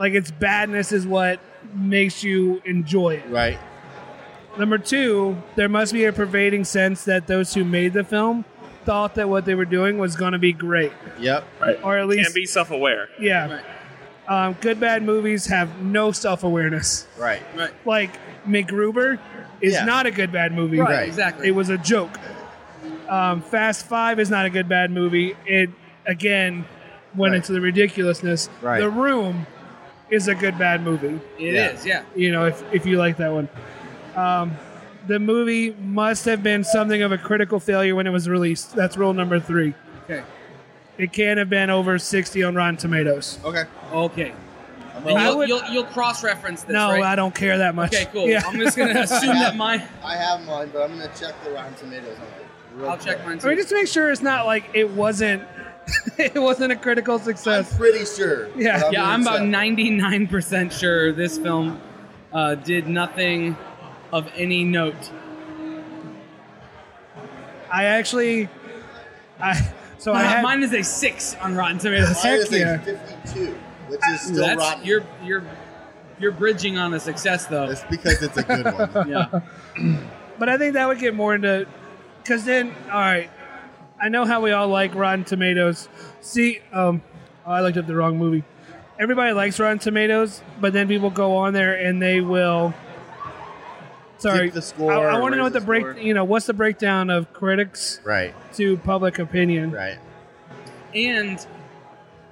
[SPEAKER 1] Like its badness is what makes you enjoy it.
[SPEAKER 2] Right.
[SPEAKER 1] Number two, there must be a pervading sense that those who made the film thought that what they were doing was going to be great,
[SPEAKER 2] Yep.
[SPEAKER 4] Right.
[SPEAKER 1] or at least
[SPEAKER 4] And be self-aware.
[SPEAKER 1] yeah.
[SPEAKER 3] Right.
[SPEAKER 1] Um, good bad movies have no self awareness.
[SPEAKER 2] Right.
[SPEAKER 3] Right.
[SPEAKER 1] Like McGruber is
[SPEAKER 2] Yeah.
[SPEAKER 1] not a good bad movie.
[SPEAKER 3] Right.
[SPEAKER 2] Right.
[SPEAKER 3] Exactly.
[SPEAKER 1] It was a joke. Um, Fast Five is not a good bad movie. It again went
[SPEAKER 2] Right.
[SPEAKER 1] into the ridiculousness.
[SPEAKER 2] Right.
[SPEAKER 1] The Room is a good bad movie.
[SPEAKER 3] It is,
[SPEAKER 2] Yeah.
[SPEAKER 3] yeah.
[SPEAKER 1] You know, if if you like that one. Um, the movie must have been something of a critical failure when it was released. That's rule number three.
[SPEAKER 3] Okay.
[SPEAKER 1] It can't have been over sixty on Rotten Tomatoes.
[SPEAKER 2] Okay.
[SPEAKER 3] Okay.
[SPEAKER 2] I'm
[SPEAKER 3] And
[SPEAKER 1] I
[SPEAKER 3] you'll,
[SPEAKER 1] would-
[SPEAKER 3] you'll, you'll cross-reference this,
[SPEAKER 1] no,
[SPEAKER 3] right?
[SPEAKER 1] I don't care that much.
[SPEAKER 3] Okay, cool.
[SPEAKER 1] Yeah.
[SPEAKER 3] I'm just gonna assume that mine.
[SPEAKER 2] I have mine, but I'm gonna check the Rotten Tomatoes on it. real
[SPEAKER 3] I'll check
[SPEAKER 2] quick.
[SPEAKER 3] mine
[SPEAKER 1] I mean,
[SPEAKER 3] too.
[SPEAKER 1] just to make sure it's not like it wasn't. it wasn't a critical
[SPEAKER 2] I'm
[SPEAKER 1] success.
[SPEAKER 2] pretty sure.
[SPEAKER 1] Yeah.
[SPEAKER 2] but
[SPEAKER 3] Yeah,
[SPEAKER 2] gonna
[SPEAKER 3] I'm about
[SPEAKER 2] check.
[SPEAKER 3] 99% sure this film uh, did nothing of any note.
[SPEAKER 1] I actually, I so I
[SPEAKER 3] Uh,
[SPEAKER 1] had
[SPEAKER 3] mine is a six on Rotten Tomatoes.
[SPEAKER 1] Heck
[SPEAKER 2] Mine is
[SPEAKER 1] yeah.
[SPEAKER 2] a 52, which is still
[SPEAKER 3] That's
[SPEAKER 2] rotten.
[SPEAKER 3] you're you're you're bridging on a success though.
[SPEAKER 2] It's because it's a good one.
[SPEAKER 3] Yeah.
[SPEAKER 1] But I think that would get more into because then, all right, I know how we all like Rotten Tomatoes. See, um, oh, I looked up the wrong movie. Everybody likes Rotten Tomatoes, but then people go on there and they will. Sorry,
[SPEAKER 2] Keep the score
[SPEAKER 1] I,
[SPEAKER 2] or
[SPEAKER 1] want to know
[SPEAKER 2] raise
[SPEAKER 1] what the,
[SPEAKER 2] the
[SPEAKER 1] break.
[SPEAKER 2] score.
[SPEAKER 1] You know, what's the breakdown of critics
[SPEAKER 2] right,
[SPEAKER 1] to public opinion?
[SPEAKER 2] right.
[SPEAKER 3] and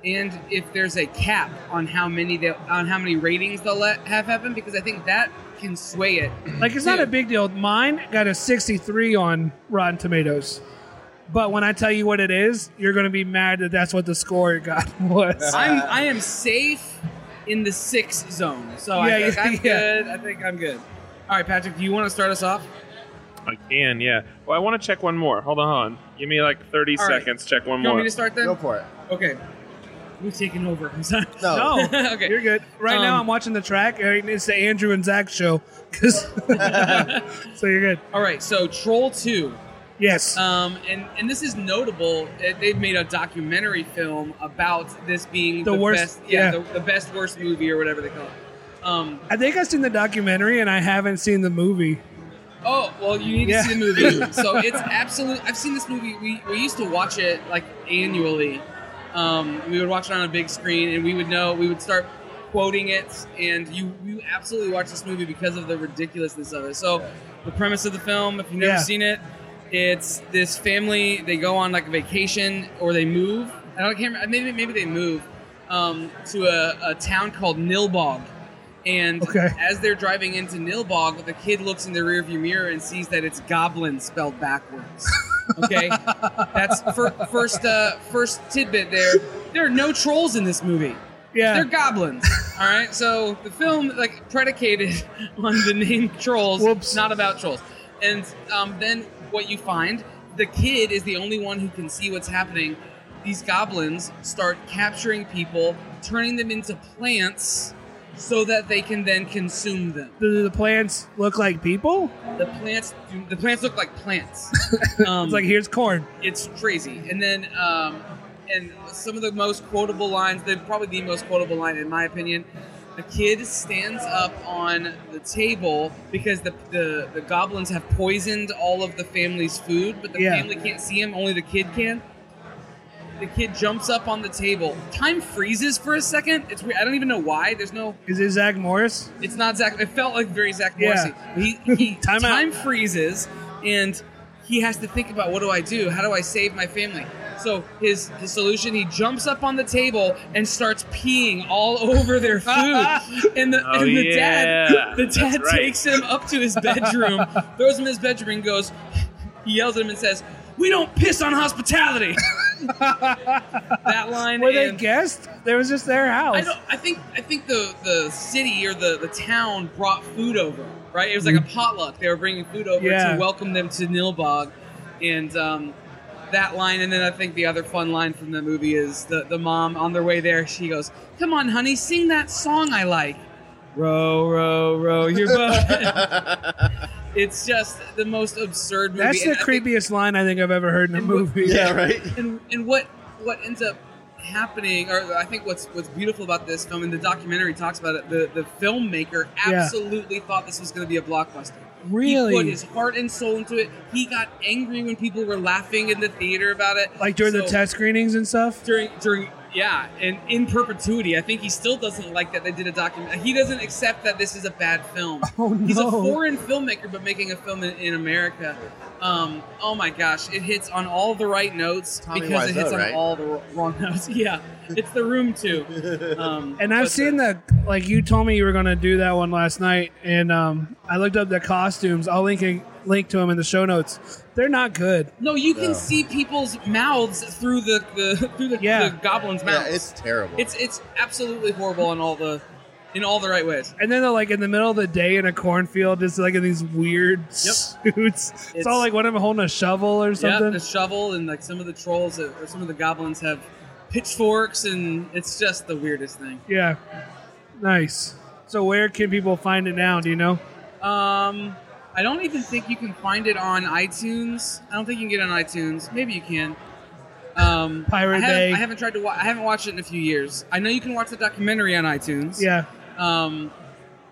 [SPEAKER 3] and if there's a cap on how many they, on how many ratings they'll let have happen because I think that can sway it.
[SPEAKER 1] Like it's not
[SPEAKER 3] Yeah.
[SPEAKER 1] a big deal. Mine got a 63 on Rotten Tomatoes. But when I tell you what it is, you're going to be mad that that's what the score it got was.
[SPEAKER 3] I'm I am safe in the six zone, so
[SPEAKER 1] Yeah,
[SPEAKER 3] I think
[SPEAKER 1] yeah,
[SPEAKER 3] I'm
[SPEAKER 1] yeah.
[SPEAKER 3] good. I think I'm good. All right, Patrick, do you want to start us off?
[SPEAKER 4] I can, yeah. Well, I want to check one more. Hold on. Give me like 30
[SPEAKER 3] All right.
[SPEAKER 4] seconds. Check one
[SPEAKER 3] You want
[SPEAKER 4] more.
[SPEAKER 3] me to start then?
[SPEAKER 2] Go for it.
[SPEAKER 3] Okay. We've taken over. I'm sorry.
[SPEAKER 2] No.
[SPEAKER 1] No,
[SPEAKER 3] Okay.
[SPEAKER 1] you're good. Right now,
[SPEAKER 3] Um,
[SPEAKER 1] I'm watching the track. and It's the Andrew and Zach show. 'cause- so you're good.
[SPEAKER 3] All right. So Troll Two.
[SPEAKER 1] Yes.
[SPEAKER 3] Um, and, and this is notable. Uh, They've made a documentary film about this being
[SPEAKER 1] The
[SPEAKER 3] the,
[SPEAKER 1] worst-
[SPEAKER 3] best, yeah,
[SPEAKER 1] yeah.
[SPEAKER 3] The, the best worst movie or whatever they call it. Um,
[SPEAKER 1] I think I've seen the documentary and I haven't seen the movie.
[SPEAKER 3] oh well, you need
[SPEAKER 1] Yeah.
[SPEAKER 3] to see the movie. so it's absolute. I've seen this movie. We, we used to watch it like annually. Um, we would watch it on a big screen, and we would know. We would start quoting it, and you you absolutely watch this movie because of the ridiculousness of it. So the premise of the film, if you've never
[SPEAKER 1] Yeah.
[SPEAKER 3] seen it, it's this family. They go on like a vacation or they move. I don't can't remember. Maybe maybe they move um, to a, a town called Nilbog. And
[SPEAKER 1] Okay.
[SPEAKER 3] as they're driving into Nilbog, the kid looks in the rearview mirror and sees that it's goblin spelled backwards. Okay, that's fir- first uh, first tidbit there. There are no trolls in this movie.
[SPEAKER 1] Yeah.
[SPEAKER 3] They're goblins. All right. So the film like predicated on the name trolls,
[SPEAKER 1] Whoops.
[SPEAKER 3] not about trolls. And um, then what you find, the kid is the only one who can see what's happening. These goblins start capturing people, turning them into plants, so that they can then consume them.
[SPEAKER 1] Do the plants look like people?
[SPEAKER 3] The plants, do, the plants look like plants. Um,
[SPEAKER 1] It's like, here's corn.
[SPEAKER 3] it's crazy. And then, um, and some of the most quotable lines, the, probably the most quotable line in my opinion, a kid stands up on the table because the, the, the goblins have poisoned all of the family's food, but the
[SPEAKER 1] Yeah.
[SPEAKER 3] family can't see him, only the kid can. The kid jumps up on the table. Time freezes for a second. It's weird. I don't even know why. There's no.
[SPEAKER 1] Is it Zach Morris?
[SPEAKER 3] It's not Zach. It felt like very Zach
[SPEAKER 1] Yeah.
[SPEAKER 3] Morrissey. He, he
[SPEAKER 1] Time
[SPEAKER 3] time,
[SPEAKER 1] out.
[SPEAKER 3] freezes, and he has to think about what do I do? How do I save my family? So his his solution: he jumps up on the table and starts peeing all over their food. and the,
[SPEAKER 4] Oh,
[SPEAKER 3] and the
[SPEAKER 4] yeah.
[SPEAKER 3] dad, the
[SPEAKER 4] That's
[SPEAKER 3] dad
[SPEAKER 4] right.
[SPEAKER 3] takes him up to his bedroom, throws him in his bedroom, and goes. He yells at him and says, "We don't piss on hospitality." that line.
[SPEAKER 1] Were they
[SPEAKER 3] and-
[SPEAKER 1] guests? There was just their house.
[SPEAKER 3] I don't. I think. I think the the city or the the town brought food over. Right. It was like a potluck. They were bringing food over
[SPEAKER 1] Mm. Yeah.
[SPEAKER 3] to welcome them to Nilbog, and um, that line. And then I think the other fun line from the movie is the the mom on their way there. She goes, "Come on, honey, sing that song I like." Row, row, row your boat. it's just the most absurd movie.
[SPEAKER 1] That's the
[SPEAKER 3] and I think-
[SPEAKER 1] creepiest line I think I've ever heard in a
[SPEAKER 3] And what-
[SPEAKER 1] movie.
[SPEAKER 2] Yeah, right.
[SPEAKER 3] and and what what ends up happening or i think what's what's beautiful about this film and the documentary talks about it the the filmmaker
[SPEAKER 1] Yeah.
[SPEAKER 3] absolutely thought this was going to be a blockbuster
[SPEAKER 1] Really?
[SPEAKER 3] he put his heart and soul into it he got angry when people were laughing in the theater about it
[SPEAKER 1] Like during the
[SPEAKER 3] So,
[SPEAKER 1] test screenings and stuff?
[SPEAKER 3] during during yeah and in perpetuity i think he still doesn't like that they did a document he doesn't accept that this is a bad film
[SPEAKER 1] Oh,
[SPEAKER 3] he's a
[SPEAKER 1] no.
[SPEAKER 3] foreign filmmaker but making a film in, in america um, oh my gosh it hits on all the right notes
[SPEAKER 2] Tommy
[SPEAKER 3] because it
[SPEAKER 2] Wiseau,
[SPEAKER 3] hits on
[SPEAKER 2] right?
[SPEAKER 3] all the wr- wrong notes yeah it's the room too um,
[SPEAKER 1] And I've
[SPEAKER 3] but
[SPEAKER 1] seen
[SPEAKER 3] the,
[SPEAKER 1] the like you told me you were gonna do that one last night, and um, I looked up the costumes. I'll link link to them in the show notes. They're not good.
[SPEAKER 3] no you can
[SPEAKER 2] Yeah.
[SPEAKER 3] see people's mouths through the, the through the,
[SPEAKER 1] Yeah.
[SPEAKER 3] the goblin's
[SPEAKER 2] Yeah,
[SPEAKER 3] mouths
[SPEAKER 2] it's terrible.
[SPEAKER 3] It's it's absolutely horrible on all the in all the right ways.
[SPEAKER 1] And then they're like in the middle of the day in a cornfield, just like in these weird suits. It's,
[SPEAKER 3] It's-
[SPEAKER 1] all like one of them holding a shovel or
[SPEAKER 3] Yeah,
[SPEAKER 1] something.
[SPEAKER 3] the shovel and like some of the trolls have, or some of the goblins have pitchforks, and it's just the weirdest thing.
[SPEAKER 1] Yeah. Nice. So where can people find it now? Do you know?
[SPEAKER 3] Um, I don't even think you can find it on iTunes. I don't think you can get it on iTunes. Maybe you can. Um,
[SPEAKER 1] Pirate
[SPEAKER 3] I haven't,
[SPEAKER 1] Bay.
[SPEAKER 3] I haven't tried to. Wa- I haven't watched it in a few years. I know you can watch the documentary on iTunes.
[SPEAKER 1] Yeah.
[SPEAKER 3] Um,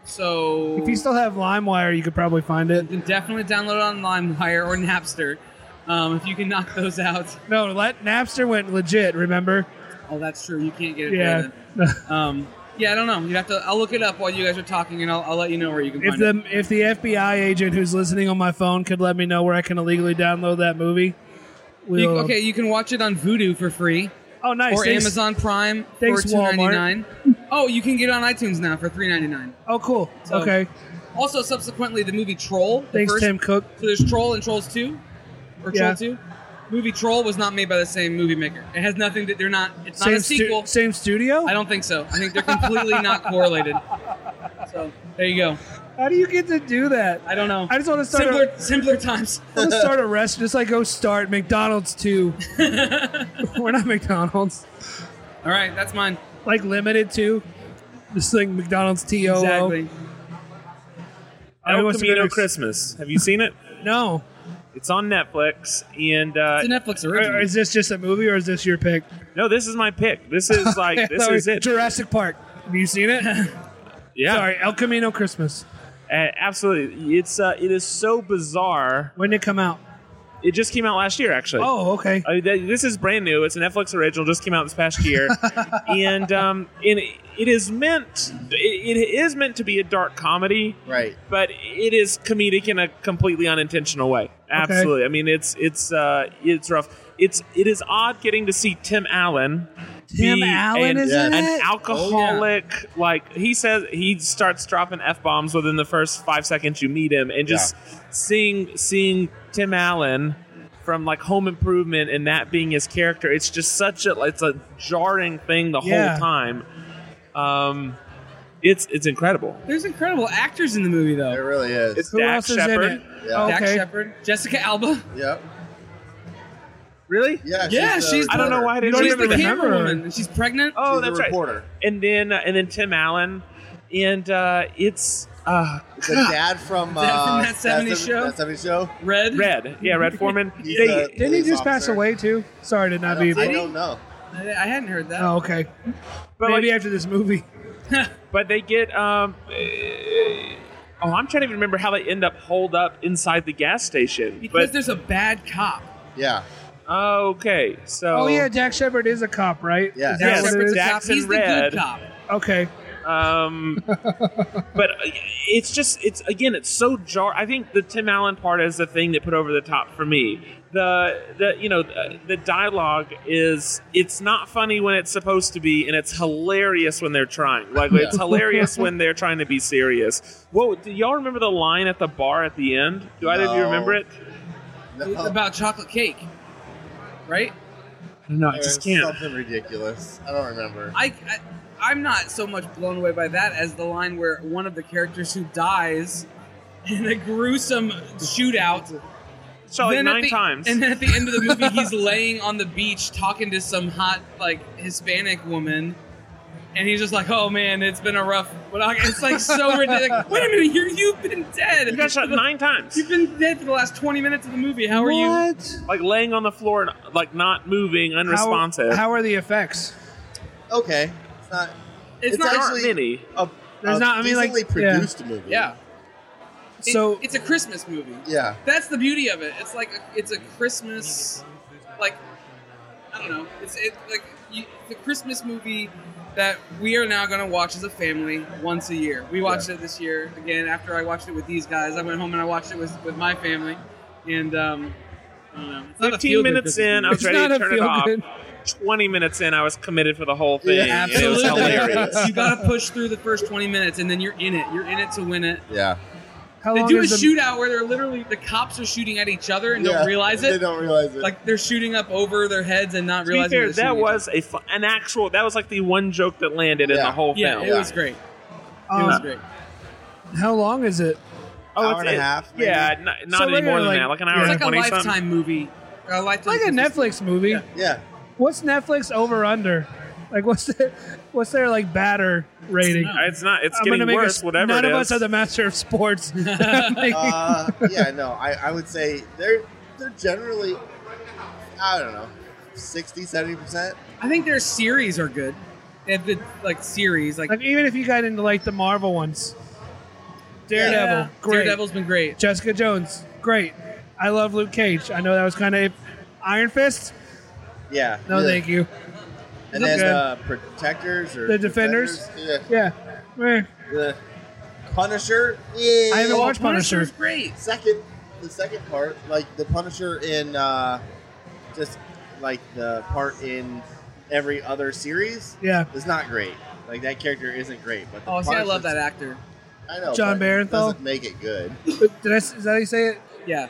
[SPEAKER 3] so
[SPEAKER 1] If you still have LimeWire, you could probably find it.
[SPEAKER 3] you can definitely download it on LimeWire or Napster. Um, if you can knock those out.
[SPEAKER 1] No, let Napster went legit. Remember?
[SPEAKER 3] Oh, that's true. You can't get it.
[SPEAKER 1] Yeah.
[SPEAKER 3] there then. Um, yeah, I don't know. You have to. I'll look it up while you guys are talking, and I'll, I'll let you know where you can
[SPEAKER 1] If
[SPEAKER 3] find it.
[SPEAKER 1] the if the FBI agent who's listening on my phone could let me know where I can illegally download that movie, we
[SPEAKER 3] You,
[SPEAKER 1] will.
[SPEAKER 3] okay, you can watch it on Vudu for free.
[SPEAKER 1] Oh, nice.
[SPEAKER 3] or
[SPEAKER 1] Thanks.
[SPEAKER 3] Amazon Prime
[SPEAKER 1] Thanks,
[SPEAKER 3] for two ninety nine. Oh, you can get it on iTunes now for three ninety nine.
[SPEAKER 1] Oh, cool.
[SPEAKER 3] So-
[SPEAKER 1] okay.
[SPEAKER 3] Also, subsequently, the movie Troll. the
[SPEAKER 1] Thanks,
[SPEAKER 3] first-
[SPEAKER 1] Tim Cook.
[SPEAKER 3] So there's Troll and Trolls Two, or
[SPEAKER 1] Yeah.
[SPEAKER 3] Troll Two. Movie Troll was not made by the same movie maker. It has nothing that they're not. It's not
[SPEAKER 1] Same,
[SPEAKER 3] a
[SPEAKER 1] stu-
[SPEAKER 3] sequel.
[SPEAKER 1] same studio.
[SPEAKER 3] I don't think so. I think they're completely not correlated. So there you go.
[SPEAKER 1] How do you get to do that?
[SPEAKER 3] I don't know.
[SPEAKER 1] I just want to start. a-
[SPEAKER 3] simpler simpler times.
[SPEAKER 1] Let's start a rest. Just like go start McDonald's too. We're not McDonald's.
[SPEAKER 3] All right, that's mine.
[SPEAKER 1] Like limited to. Just like McDonald's TO.
[SPEAKER 3] Exactly.
[SPEAKER 1] I
[SPEAKER 4] El
[SPEAKER 1] was gonna
[SPEAKER 4] Camino
[SPEAKER 1] ex-
[SPEAKER 4] Christmas. Have you seen it?
[SPEAKER 1] No.
[SPEAKER 4] It's on Netflix, and uh,
[SPEAKER 3] It's a Netflix
[SPEAKER 1] Or-
[SPEAKER 3] original.
[SPEAKER 1] Is this just a movie or is this your pick?
[SPEAKER 4] no, this is my pick. This is
[SPEAKER 1] I
[SPEAKER 4] like this
[SPEAKER 1] thought
[SPEAKER 4] is
[SPEAKER 1] we-
[SPEAKER 4] it.
[SPEAKER 1] Jurassic Park. Have you seen it?
[SPEAKER 4] Yeah,
[SPEAKER 1] Sorry, El Camino Christmas.
[SPEAKER 4] Uh, absolutely. It's uh, it is so bizarre.
[SPEAKER 1] When did it come out?
[SPEAKER 4] It just came out last year, actually.
[SPEAKER 1] Oh, okay.
[SPEAKER 4] I mean, th- this is brand new. It's a Netflix original. Just came out this past year, and um, and it is meant it, it is meant to be a dark comedy,
[SPEAKER 2] Right.
[SPEAKER 4] but it is comedic in a completely unintentional way. Absolutely. I mean, it's it's uh, it's rough. It's it is odd getting to see Tim Allen.
[SPEAKER 1] Tim
[SPEAKER 4] be
[SPEAKER 1] Allen
[SPEAKER 4] an,
[SPEAKER 1] is
[SPEAKER 2] yeah.
[SPEAKER 1] in
[SPEAKER 2] an
[SPEAKER 1] it.
[SPEAKER 4] alcoholic. Like he says, he starts dropping f bombs within the first five seconds you meet him, and just seeing seeing Tim Allen from like Home Improvement and that being his character, it's just such a it's a jarring thing the
[SPEAKER 1] Yeah.
[SPEAKER 4] whole time. Um, it's it's incredible.
[SPEAKER 3] There's incredible actors in the movie, though.
[SPEAKER 2] It really is.
[SPEAKER 4] It's
[SPEAKER 1] Who
[SPEAKER 4] Dax
[SPEAKER 1] else is
[SPEAKER 4] Shepard.
[SPEAKER 1] in it?
[SPEAKER 2] Yeah.
[SPEAKER 3] Dax
[SPEAKER 1] Okay.
[SPEAKER 3] Shepard, Jessica Alba.
[SPEAKER 2] yep.
[SPEAKER 4] Really?
[SPEAKER 2] Yeah.
[SPEAKER 3] Yeah,
[SPEAKER 2] the
[SPEAKER 3] she's-
[SPEAKER 4] I don't know why I
[SPEAKER 2] reporter.
[SPEAKER 4] didn't
[SPEAKER 1] don't
[SPEAKER 3] She's
[SPEAKER 1] even
[SPEAKER 3] the
[SPEAKER 1] remember
[SPEAKER 3] camera
[SPEAKER 1] her.
[SPEAKER 3] woman. and She's pregnant.
[SPEAKER 4] Oh,
[SPEAKER 2] She's a
[SPEAKER 4] that's right.
[SPEAKER 2] reporter.
[SPEAKER 4] And then uh, and then Tim Allen, and uh, it's
[SPEAKER 1] Ah,
[SPEAKER 4] uh,
[SPEAKER 2] The dad from
[SPEAKER 3] Is that
[SPEAKER 2] uh,
[SPEAKER 3] from that 70s show?
[SPEAKER 2] That 70s show.
[SPEAKER 3] Red.
[SPEAKER 4] Red. Yeah, Red Foreman.
[SPEAKER 2] He's
[SPEAKER 4] They-
[SPEAKER 2] a-
[SPEAKER 1] Didn't he
[SPEAKER 2] police
[SPEAKER 1] just pass
[SPEAKER 2] officer.
[SPEAKER 1] away too? Sorry to
[SPEAKER 2] I
[SPEAKER 1] not be.
[SPEAKER 2] don't, I don't know.
[SPEAKER 3] I, I hadn't heard that.
[SPEAKER 1] Oh, okay.
[SPEAKER 4] but like-
[SPEAKER 1] Maybe after this movie.
[SPEAKER 4] but they get um eh, oh i'm trying to even remember how they end up holed up inside the gas station
[SPEAKER 3] because
[SPEAKER 4] but
[SPEAKER 3] there's a bad cop.
[SPEAKER 2] Yeah.
[SPEAKER 4] oh, okay so
[SPEAKER 1] Oh yeah, Jack Shepard is a cop, right?
[SPEAKER 2] Yeah.
[SPEAKER 1] Is that
[SPEAKER 4] Yes.
[SPEAKER 1] what it
[SPEAKER 3] Shepard's
[SPEAKER 1] is?
[SPEAKER 3] a cop.
[SPEAKER 4] Jackson
[SPEAKER 3] He's
[SPEAKER 4] Red.
[SPEAKER 3] the good cop.
[SPEAKER 1] Okay.
[SPEAKER 4] um but uh, it's just it's again it's so jar i think the tim allen part is the thing that put over the top for me the the you know uh, the, the dialogue is it's not funny when it's supposed to be and it's hilarious when they're trying like it's
[SPEAKER 2] Yeah.
[SPEAKER 4] hilarious when they're trying to be serious whoa do y'all remember the line at the bar at the end do either of you
[SPEAKER 2] No.
[SPEAKER 4] remember it
[SPEAKER 2] No. Uh-huh.
[SPEAKER 3] It's about chocolate cake, right?
[SPEAKER 4] no
[SPEAKER 2] Or
[SPEAKER 4] i just can't
[SPEAKER 2] Something ridiculous. I don't remember.
[SPEAKER 3] I, I I'm not so much blown away by that as the line where one of the characters who dies in a gruesome shootout.
[SPEAKER 4] So like
[SPEAKER 3] Then at
[SPEAKER 4] Oh, nine
[SPEAKER 3] the-
[SPEAKER 4] times.
[SPEAKER 3] And then at the end of the movie, he's laying on the beach talking to some hot like Hispanic woman. And he's just like, oh man, it's been a rough. But I- it's like so ridiculous. Like, Wait a minute, you're, you've been dead.
[SPEAKER 4] you got shot nine times.
[SPEAKER 3] You've been dead for the last 20 minutes of the movie. How are you?
[SPEAKER 1] what?
[SPEAKER 4] Like laying on the floor, and, like not moving, unresponsive.
[SPEAKER 1] How, how are the effects?
[SPEAKER 2] okay. It's not.
[SPEAKER 3] It's,
[SPEAKER 2] It's
[SPEAKER 3] not.
[SPEAKER 4] there aren't
[SPEAKER 2] actually-
[SPEAKER 4] many.
[SPEAKER 2] A,
[SPEAKER 1] There's
[SPEAKER 2] a
[SPEAKER 1] not- I mean, like-
[SPEAKER 2] decently
[SPEAKER 1] yeah.
[SPEAKER 2] produced movie.
[SPEAKER 3] Yeah. It-
[SPEAKER 1] So-
[SPEAKER 3] it's a Christmas movie.
[SPEAKER 2] Yeah.
[SPEAKER 3] That's the beauty of it. It's like a, it's a Christmas, like I don't know. It's it, like you, the Christmas movie that we are now going to watch as a family once a year. We watched it this year again after I watched it with these guys. I went home and I watched it with, with my family, and um, I don't know. It's not a
[SPEAKER 4] Fifteen
[SPEAKER 3] feel-good
[SPEAKER 4] minutes
[SPEAKER 3] Christmas
[SPEAKER 4] in, I
[SPEAKER 3] movie.
[SPEAKER 4] was
[SPEAKER 1] It's
[SPEAKER 4] ready
[SPEAKER 1] not
[SPEAKER 4] to
[SPEAKER 1] a
[SPEAKER 4] turn it
[SPEAKER 1] feel
[SPEAKER 4] off.
[SPEAKER 1] good.
[SPEAKER 4] Twenty minutes in, I was committed for the whole thing.
[SPEAKER 2] Yeah,
[SPEAKER 4] and it was
[SPEAKER 3] Absolutely.
[SPEAKER 4] hilarious.
[SPEAKER 2] hilarious.
[SPEAKER 3] you gotta push through the first 20 minutes and then you're in it. You're in it to win it.
[SPEAKER 2] Yeah.
[SPEAKER 1] How
[SPEAKER 3] They
[SPEAKER 1] long
[SPEAKER 3] do a
[SPEAKER 1] is the,
[SPEAKER 3] shootout where they're literally, the cops are shooting at each other and
[SPEAKER 2] Yeah.
[SPEAKER 3] don't realize
[SPEAKER 2] They
[SPEAKER 3] it.
[SPEAKER 2] don't realize it.
[SPEAKER 3] Like they're shooting up over their heads and not
[SPEAKER 4] to be
[SPEAKER 3] realizing
[SPEAKER 4] fair,
[SPEAKER 3] they're shooting
[SPEAKER 4] that
[SPEAKER 3] at each other.
[SPEAKER 4] was a fu- an actual. That was like the one joke that landed in
[SPEAKER 2] Yeah.
[SPEAKER 4] the whole
[SPEAKER 3] Yeah,
[SPEAKER 4] film.
[SPEAKER 3] it was great. It was
[SPEAKER 1] Um,
[SPEAKER 3] great.
[SPEAKER 1] how long is it?
[SPEAKER 4] Oh,
[SPEAKER 2] Hour
[SPEAKER 4] it's,
[SPEAKER 2] and a
[SPEAKER 4] it-
[SPEAKER 2] half, maybe?
[SPEAKER 4] Yeah, not, not
[SPEAKER 1] So
[SPEAKER 4] any more
[SPEAKER 1] regular,
[SPEAKER 4] than
[SPEAKER 1] like-
[SPEAKER 4] that. Like an
[SPEAKER 1] yeah.
[SPEAKER 4] hour
[SPEAKER 3] It's
[SPEAKER 4] and
[SPEAKER 3] like a
[SPEAKER 4] twenty
[SPEAKER 3] lifetime
[SPEAKER 4] something.
[SPEAKER 3] movie. A lifetime
[SPEAKER 1] Like a Netflix movie.
[SPEAKER 3] Yeah.
[SPEAKER 2] Yeah.
[SPEAKER 1] What's Netflix over under? Like what's their what's their like batter rating?
[SPEAKER 3] No.
[SPEAKER 4] Uh, It's not. It's
[SPEAKER 1] I'm gonna
[SPEAKER 4] getting
[SPEAKER 1] make
[SPEAKER 4] worse.
[SPEAKER 1] us-
[SPEAKER 4] whatever
[SPEAKER 1] None
[SPEAKER 4] it
[SPEAKER 1] of
[SPEAKER 4] is.
[SPEAKER 1] us are the master of sports.
[SPEAKER 2] Uh, yeah, no, I, I would say they're they're generally, I don't know, 60, 70%.
[SPEAKER 3] I think their series are good. They have good like series like,
[SPEAKER 1] like even if you got into like the Marvel ones,
[SPEAKER 2] Yeah.
[SPEAKER 1] Daredevil, great.
[SPEAKER 3] Daredevil's been great.
[SPEAKER 1] Jessica Jones, great. I love Luke Cage. I know that was kind of Iron Fist.
[SPEAKER 2] Yeah.
[SPEAKER 1] No,
[SPEAKER 2] really.
[SPEAKER 1] thank you.
[SPEAKER 2] And then
[SPEAKER 1] Okay.
[SPEAKER 2] uh, Protectors or.
[SPEAKER 1] The Defenders?
[SPEAKER 2] Defenders,
[SPEAKER 1] Yeah, Eh.
[SPEAKER 2] Yeah. The Punisher? Yeah.
[SPEAKER 1] I haven't
[SPEAKER 3] Oh,
[SPEAKER 1] watched Punisher.
[SPEAKER 3] Punisher's great.
[SPEAKER 2] second the second part like the punisher in uh just like the part in every other series
[SPEAKER 1] yeah.
[SPEAKER 2] is not great like that character isn't great but the
[SPEAKER 3] Oh, see, I love that
[SPEAKER 2] Punisher's-
[SPEAKER 3] actor.
[SPEAKER 2] i know
[SPEAKER 1] John
[SPEAKER 2] but it
[SPEAKER 1] Barenthal?
[SPEAKER 2] doesn't make it good
[SPEAKER 1] But Did I, is that how you say it?
[SPEAKER 3] Yeah,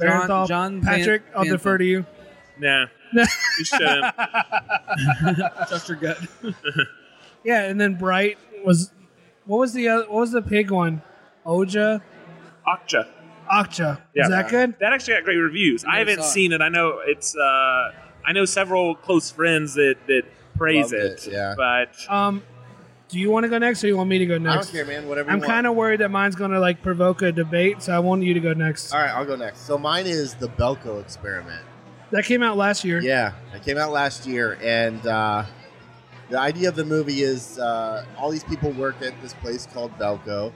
[SPEAKER 3] John-
[SPEAKER 1] Barenthal,
[SPEAKER 3] John Van-
[SPEAKER 1] Patrick. I'll
[SPEAKER 3] Vantham.
[SPEAKER 1] defer to you.
[SPEAKER 4] Nah, you shouldn't.
[SPEAKER 3] trust your gut.
[SPEAKER 1] Yeah, and then Bright was what was the other, what was the pig one? Oja,
[SPEAKER 4] Okja.
[SPEAKER 1] Akcha.
[SPEAKER 4] Yeah.
[SPEAKER 1] Is that good?
[SPEAKER 4] That actually got great reviews. I
[SPEAKER 3] Never
[SPEAKER 4] haven't
[SPEAKER 3] saw it.
[SPEAKER 4] seen it. I know it's. Uh, I know several close friends that that praise
[SPEAKER 2] Loved it, yeah.
[SPEAKER 4] But
[SPEAKER 1] Um, do you want to go next, or you want me to go
[SPEAKER 2] i don't
[SPEAKER 1] next?
[SPEAKER 2] care man whatever
[SPEAKER 1] I'm kind of worried that mine's gonna like provoke a debate, so I want you to go next.
[SPEAKER 2] all right i'll go next so mine is the belko experiment
[SPEAKER 1] That came out last year.
[SPEAKER 2] Yeah, it came out last year, and uh, the idea of the movie is uh, all these people work at this place called Belco,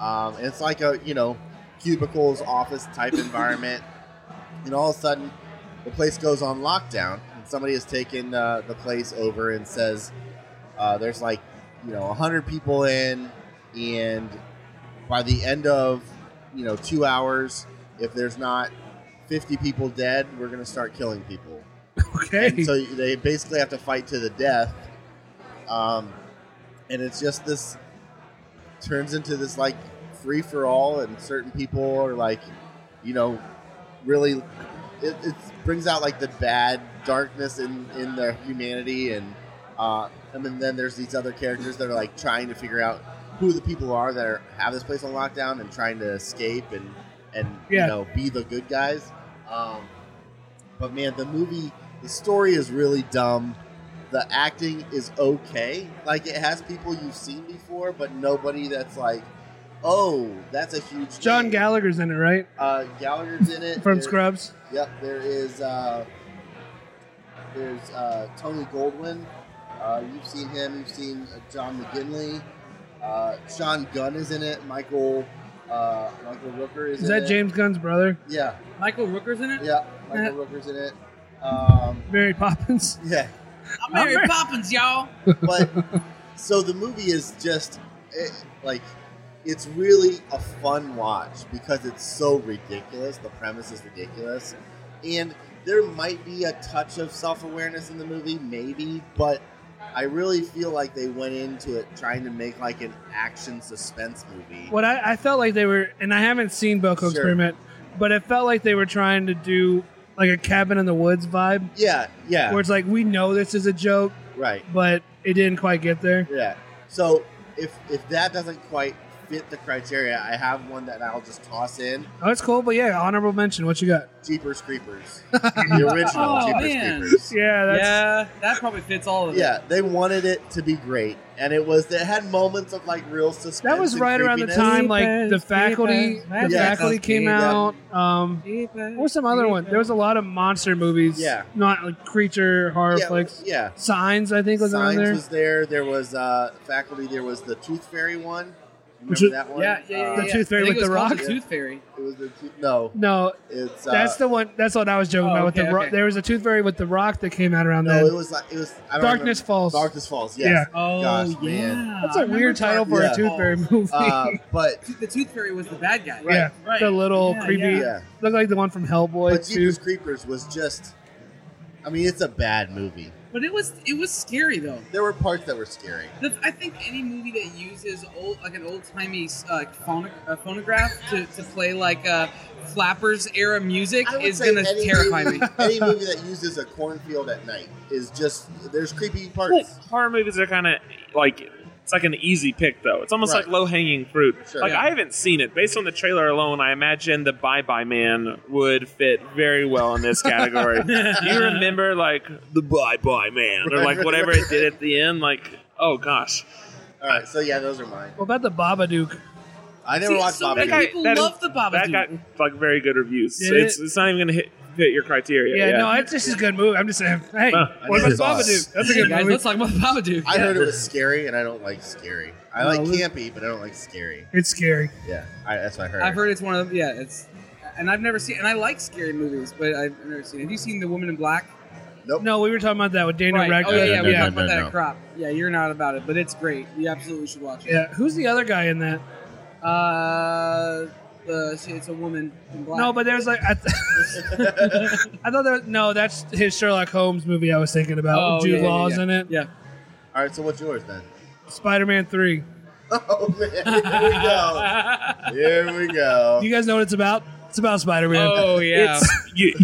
[SPEAKER 2] um, and it's like a you know cubicles office type environment, and all of a sudden the place goes on lockdown, and somebody has taken uh, the place over and says uh, there's like you know hundred people in, and by the end of you know two hours, if there's not 50 people dead, we're going to start killing people.
[SPEAKER 1] Okay.
[SPEAKER 2] And so they basically have to fight to the death. Um, and it's just this turns into this like free for all, and certain people are like, you know, really. It, it brings out like the bad darkness in in their humanity, and uh, and then- then there's these other characters that are like trying to figure out who the people are that are, have this place on lockdown and trying to escape and and
[SPEAKER 1] Yeah.
[SPEAKER 2] you know be the good guys. Um, but man, the movie, the story is really dumb. The acting is okay. Like it has people you've seen before, but nobody that's like, oh, that's a huge.
[SPEAKER 1] John
[SPEAKER 2] name.
[SPEAKER 1] Gallagher's in it, right?
[SPEAKER 2] uh, Gallagher's in it
[SPEAKER 1] From
[SPEAKER 2] There-
[SPEAKER 1] Scrubs.
[SPEAKER 2] Yep, there is. Uh, there's uh, Tony Goldwyn. Uh, you've seen him. You've seen uh, John McGinley. Uh, Sean Gunn is in it. Michael uh, Michael Rooker is.
[SPEAKER 1] Is
[SPEAKER 2] in
[SPEAKER 1] that
[SPEAKER 2] it.
[SPEAKER 1] James Gunn's brother?
[SPEAKER 2] Yeah,
[SPEAKER 3] Michael Rooker's in it.
[SPEAKER 2] yeah.
[SPEAKER 1] Uh-huh.
[SPEAKER 2] Michael Rooker's in it. Um,
[SPEAKER 1] Mary Poppins.
[SPEAKER 2] yeah.
[SPEAKER 3] I'm Mary
[SPEAKER 1] Mary-
[SPEAKER 3] Poppins, y'all.
[SPEAKER 2] but so the movie is just it, like it's really a fun watch because it's so ridiculous the premise is ridiculous and there might be a touch of self-awareness in the movie maybe but i really feel like they went into it trying to make like an action suspense movie
[SPEAKER 1] What I, I felt like they were, and I haven't seen Belko
[SPEAKER 2] Sure.
[SPEAKER 1] Experiment, but it felt like they were trying to do like a cabin in the woods vibe,
[SPEAKER 2] yeah yeah
[SPEAKER 1] where it's like we know this is a joke,
[SPEAKER 2] right
[SPEAKER 1] but it didn't quite get there.
[SPEAKER 2] Yeah. So if if that doesn't quite fit the criteria i have one that i'll just toss in
[SPEAKER 1] Oh, that's cool, but yeah, honorable mention. What you got?
[SPEAKER 2] jeepers creepers the original
[SPEAKER 3] Oh,
[SPEAKER 2] jeepers
[SPEAKER 3] man.
[SPEAKER 2] creepers
[SPEAKER 1] Yeah, that's
[SPEAKER 3] yeah, that probably fits all of it.
[SPEAKER 2] Yeah, they wanted it to be great, and it was. It had moments of like real suspense.
[SPEAKER 1] that was
[SPEAKER 2] and
[SPEAKER 1] right around the
[SPEAKER 2] creepiness.
[SPEAKER 1] time like the
[SPEAKER 3] Creepers,
[SPEAKER 1] faculty,
[SPEAKER 3] creepers,
[SPEAKER 1] the
[SPEAKER 2] yeah.
[SPEAKER 1] faculty came
[SPEAKER 3] Yeah.
[SPEAKER 1] out. Um, what was some other one? There was a lot of monster movies.
[SPEAKER 2] Yeah.
[SPEAKER 1] not like creature horror
[SPEAKER 2] Yeah,
[SPEAKER 1] flicks.
[SPEAKER 2] yeah.
[SPEAKER 1] Signs, I think, was
[SPEAKER 2] Signs
[SPEAKER 1] around there.
[SPEAKER 2] was there. There was uh, faculty. There was the Tooth Fairy one.
[SPEAKER 1] Which
[SPEAKER 2] Remember
[SPEAKER 1] was-
[SPEAKER 2] that one?
[SPEAKER 3] Yeah, yeah, yeah.
[SPEAKER 2] Uh,
[SPEAKER 1] The
[SPEAKER 3] yeah.
[SPEAKER 1] Tooth Fairy
[SPEAKER 3] I think
[SPEAKER 1] with
[SPEAKER 3] it was
[SPEAKER 1] the
[SPEAKER 3] called
[SPEAKER 1] rock?
[SPEAKER 3] The Tooth Fairy.
[SPEAKER 2] It was the tooth, no.
[SPEAKER 1] no,
[SPEAKER 2] It's uh,
[SPEAKER 1] that's the one. That's what I was joking
[SPEAKER 3] Oh,
[SPEAKER 1] about with
[SPEAKER 3] okay,
[SPEAKER 1] the. Ro-
[SPEAKER 3] okay.
[SPEAKER 1] There was a Tooth Fairy with the rock that came out around
[SPEAKER 2] no. It
[SPEAKER 1] then.
[SPEAKER 2] was like it was I don't
[SPEAKER 1] Darkness Falls.
[SPEAKER 2] Remember, Darkness Falls. Yes.
[SPEAKER 1] Yeah.
[SPEAKER 3] Oh
[SPEAKER 2] Gosh,
[SPEAKER 3] yeah,
[SPEAKER 2] man.
[SPEAKER 1] That's a weird title for a
[SPEAKER 2] Darkness
[SPEAKER 1] Tooth Fairy movie.
[SPEAKER 2] Uh, but
[SPEAKER 3] The Tooth Fairy was the bad guy.
[SPEAKER 1] yeah,
[SPEAKER 3] right.
[SPEAKER 1] the little
[SPEAKER 3] Yeah,
[SPEAKER 1] creepy.
[SPEAKER 3] yeah.
[SPEAKER 2] yeah,
[SPEAKER 1] Looked like the one from Hellboy
[SPEAKER 2] but
[SPEAKER 1] too.
[SPEAKER 2] Jeepers Creepers was just. I mean, it's a bad movie.
[SPEAKER 3] But it was it was scary though.
[SPEAKER 2] There were parts that were scary.
[SPEAKER 3] The, I think any movie that uses old like an old timey uh, phon- uh, phonograph to, to play like uh, flappers era music
[SPEAKER 2] I would
[SPEAKER 3] is
[SPEAKER 2] say
[SPEAKER 3] gonna
[SPEAKER 2] any
[SPEAKER 3] terrify me.
[SPEAKER 2] movie- any movie that uses a cornfield at night is just there's creepy parts.
[SPEAKER 4] horror movies are kind of like like an easy pick though. It's almost
[SPEAKER 2] Right.
[SPEAKER 4] like low hanging fruit.
[SPEAKER 2] Sure.
[SPEAKER 4] like
[SPEAKER 3] Yeah.
[SPEAKER 4] I haven't seen it. Based on the trailer alone, I imagine the Bye Bye Man would fit very well in this category. you remember like the Bye Bye Man or
[SPEAKER 2] Right,
[SPEAKER 4] like
[SPEAKER 2] right,
[SPEAKER 4] whatever it did at the end? Like oh gosh,
[SPEAKER 2] All right, so yeah, those are mine.
[SPEAKER 1] What about the Babadook?
[SPEAKER 2] I never
[SPEAKER 3] See,
[SPEAKER 2] watched
[SPEAKER 3] so
[SPEAKER 2] Bobby.
[SPEAKER 3] many
[SPEAKER 4] That
[SPEAKER 3] people
[SPEAKER 4] guy- that-
[SPEAKER 3] love the Babadook.
[SPEAKER 4] that got like very good reviews.
[SPEAKER 1] Did
[SPEAKER 4] It's,
[SPEAKER 1] it?
[SPEAKER 4] it's not even gonna hit fit your criteria.
[SPEAKER 1] Yeah, no, it's just a good movie. I'm just saying, hey,
[SPEAKER 4] Huh.
[SPEAKER 1] what about
[SPEAKER 2] I never saw
[SPEAKER 1] Babadook?
[SPEAKER 2] it.
[SPEAKER 1] That's a
[SPEAKER 3] Hey
[SPEAKER 1] good
[SPEAKER 3] guys,
[SPEAKER 1] movie.
[SPEAKER 3] let's talk about the Babadook.
[SPEAKER 2] I heard it was scary, and I don't like scary. I
[SPEAKER 1] No,
[SPEAKER 2] like
[SPEAKER 1] it was-
[SPEAKER 2] campy, but I don't like scary.
[SPEAKER 1] It's scary.
[SPEAKER 2] Yeah, I, that's what I heard.
[SPEAKER 3] I've heard it's one of yeah, it's and I've never seen and I like scary movies, but I've never seen. Have you seen The Woman in Black?
[SPEAKER 1] No, we were talking about that with Daniel
[SPEAKER 3] Oh
[SPEAKER 1] Radcliffe.
[SPEAKER 3] yeah,
[SPEAKER 2] No,
[SPEAKER 3] yeah,
[SPEAKER 2] no,
[SPEAKER 3] we
[SPEAKER 2] no,
[SPEAKER 3] talked about
[SPEAKER 2] no,
[SPEAKER 3] that
[SPEAKER 2] no.
[SPEAKER 3] at Crop. Yeah, you're not about it, but it's great. You absolutely should watch it.
[SPEAKER 1] Yeah, Who's the other guy in that?
[SPEAKER 3] Uh, the, see, it's a woman in black.
[SPEAKER 1] No, but there's like I, th- I thought there. No, that's his Sherlock Holmes movie I was thinking about.
[SPEAKER 3] Oh,
[SPEAKER 1] with Jude
[SPEAKER 3] yeah, yeah,
[SPEAKER 1] Law's
[SPEAKER 3] yeah.
[SPEAKER 1] in it.
[SPEAKER 3] yeah,
[SPEAKER 2] All right, so what's yours then?
[SPEAKER 1] Spider-Man Three.
[SPEAKER 2] Oh man, here we go. Here we go.
[SPEAKER 1] Do you guys know what it's about? It's about Spider-Man.
[SPEAKER 3] Oh yeah.
[SPEAKER 4] It's you,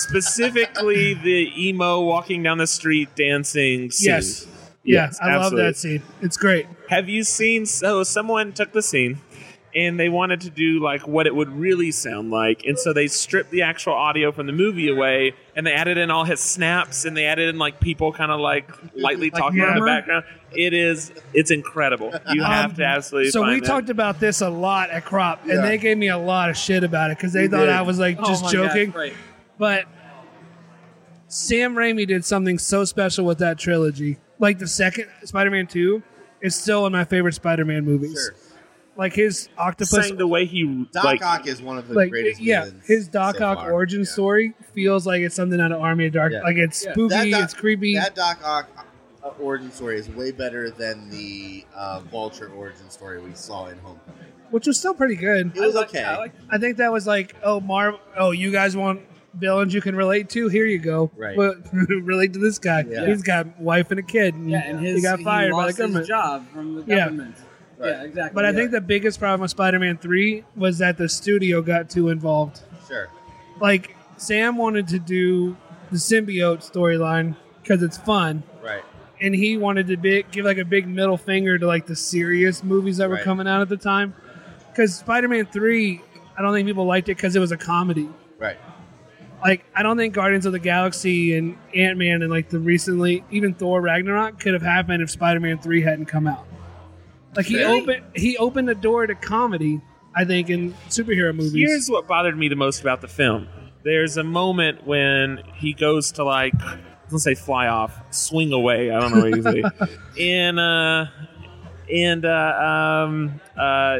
[SPEAKER 4] specifically the emo walking down the street dancing scene.
[SPEAKER 1] yes. Yeah, I
[SPEAKER 4] absolutely.
[SPEAKER 1] love that scene. It's great.
[SPEAKER 4] Have you seen? So someone took the scene, and they wanted to do like what it would really sound like, and so they stripped the actual audio from the movie away, and they added in all his snaps, and they added in like people kind of like lightly
[SPEAKER 1] Like
[SPEAKER 4] talking in the
[SPEAKER 1] murmur?
[SPEAKER 4] background. It is, it's incredible. You
[SPEAKER 1] Um,
[SPEAKER 4] have to absolutely.
[SPEAKER 1] So
[SPEAKER 4] find
[SPEAKER 1] we
[SPEAKER 4] it.
[SPEAKER 1] talked about this a lot at Crop, and
[SPEAKER 2] Yeah.
[SPEAKER 1] they gave me a lot of shit about it because they
[SPEAKER 2] You
[SPEAKER 1] thought
[SPEAKER 2] did.
[SPEAKER 1] I was like
[SPEAKER 3] Oh
[SPEAKER 1] just
[SPEAKER 3] my God,
[SPEAKER 1] joking.
[SPEAKER 3] right.
[SPEAKER 1] But Sam Raimi did something so special with that trilogy. Like the second Spider-Man Two is still one of my favorite Spider-Man movies.
[SPEAKER 2] Sure.
[SPEAKER 1] Like his octopus
[SPEAKER 4] saying the way he
[SPEAKER 2] Doc
[SPEAKER 4] like
[SPEAKER 2] Ock is one of the
[SPEAKER 1] like
[SPEAKER 2] greatest.
[SPEAKER 1] yeah,
[SPEAKER 2] villains
[SPEAKER 1] his Doc
[SPEAKER 2] so
[SPEAKER 1] Ock
[SPEAKER 2] far.
[SPEAKER 1] origin
[SPEAKER 2] Yeah.
[SPEAKER 1] story feels like it's something out of Army of Dark.
[SPEAKER 2] Yeah.
[SPEAKER 1] Like it's
[SPEAKER 3] Yeah.
[SPEAKER 1] spooky,
[SPEAKER 2] Doc-
[SPEAKER 1] it's creepy.
[SPEAKER 2] That Doc Ock uh, origin story is way better than the uh, Vulture origin story we saw in Homecoming.
[SPEAKER 1] which was still pretty good.
[SPEAKER 2] It was
[SPEAKER 3] I like-
[SPEAKER 2] okay.
[SPEAKER 3] I like-
[SPEAKER 1] I think that was like, oh, Marv, oh, you guys want villains you can relate to? Here you go.
[SPEAKER 2] Right.
[SPEAKER 1] Well, relate to this guy.
[SPEAKER 2] Yeah.
[SPEAKER 1] He's got wife and a kid, and,
[SPEAKER 3] yeah, and his
[SPEAKER 1] he got fired by the
[SPEAKER 3] lost his
[SPEAKER 1] government.
[SPEAKER 3] job from the
[SPEAKER 1] Yeah.
[SPEAKER 3] government.
[SPEAKER 2] Right.
[SPEAKER 3] Yeah, exactly.
[SPEAKER 1] But I
[SPEAKER 3] yeah.
[SPEAKER 1] think the biggest problem with Spider-Man Three was that the studio got too involved.
[SPEAKER 2] Sure.
[SPEAKER 1] Like Sam wanted to do the symbiote storyline because it's fun,
[SPEAKER 2] Right.
[SPEAKER 1] and he wanted to big, give like a big middle finger to like the serious movies that were
[SPEAKER 2] Right.
[SPEAKER 1] coming out at the time. Because Spider-Man Three, I don't think people liked it because it was a comedy.
[SPEAKER 2] Right.
[SPEAKER 1] Like I don't think Guardians of the Galaxy and Ant Man and like the recently even Thor Ragnarok could have happened if Spider-Man Three hadn't come out. Like he
[SPEAKER 2] Really?
[SPEAKER 1] opened he opened the door to comedy. I think in superhero movies.
[SPEAKER 4] Here's what bothered me the most about the film. There's a moment when he goes to like, let's say fly off, swing away. I don't know what you say. and uh, and uh, um, uh,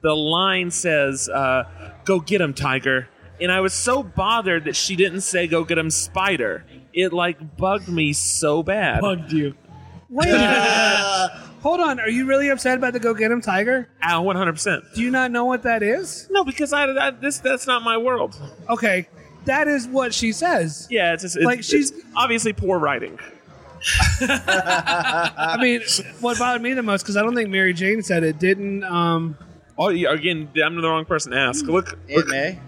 [SPEAKER 4] the line says, uh, "Go get him, tiger." And I was so bothered that she didn't say, "Go get him, spider." It like bugged me so bad.
[SPEAKER 1] bugged you. Wait, a minute.
[SPEAKER 2] Uh,
[SPEAKER 1] hold on. Are you really upset about the Go Get Him Tiger?
[SPEAKER 4] Ow, Ah, one hundred percent.
[SPEAKER 1] Do you not know what that is?
[SPEAKER 4] No, because I, I this that's not my world.
[SPEAKER 1] Okay, that is what she says.
[SPEAKER 4] Yeah, it's just it's,
[SPEAKER 1] Like, she's-
[SPEAKER 4] it's obviously poor writing.
[SPEAKER 1] I mean, what bothered me the most because I don't think Mary Jane said it. Didn't um.
[SPEAKER 4] Oh, yeah, again, I'm the wrong person to ask. Look,
[SPEAKER 2] Aunt May.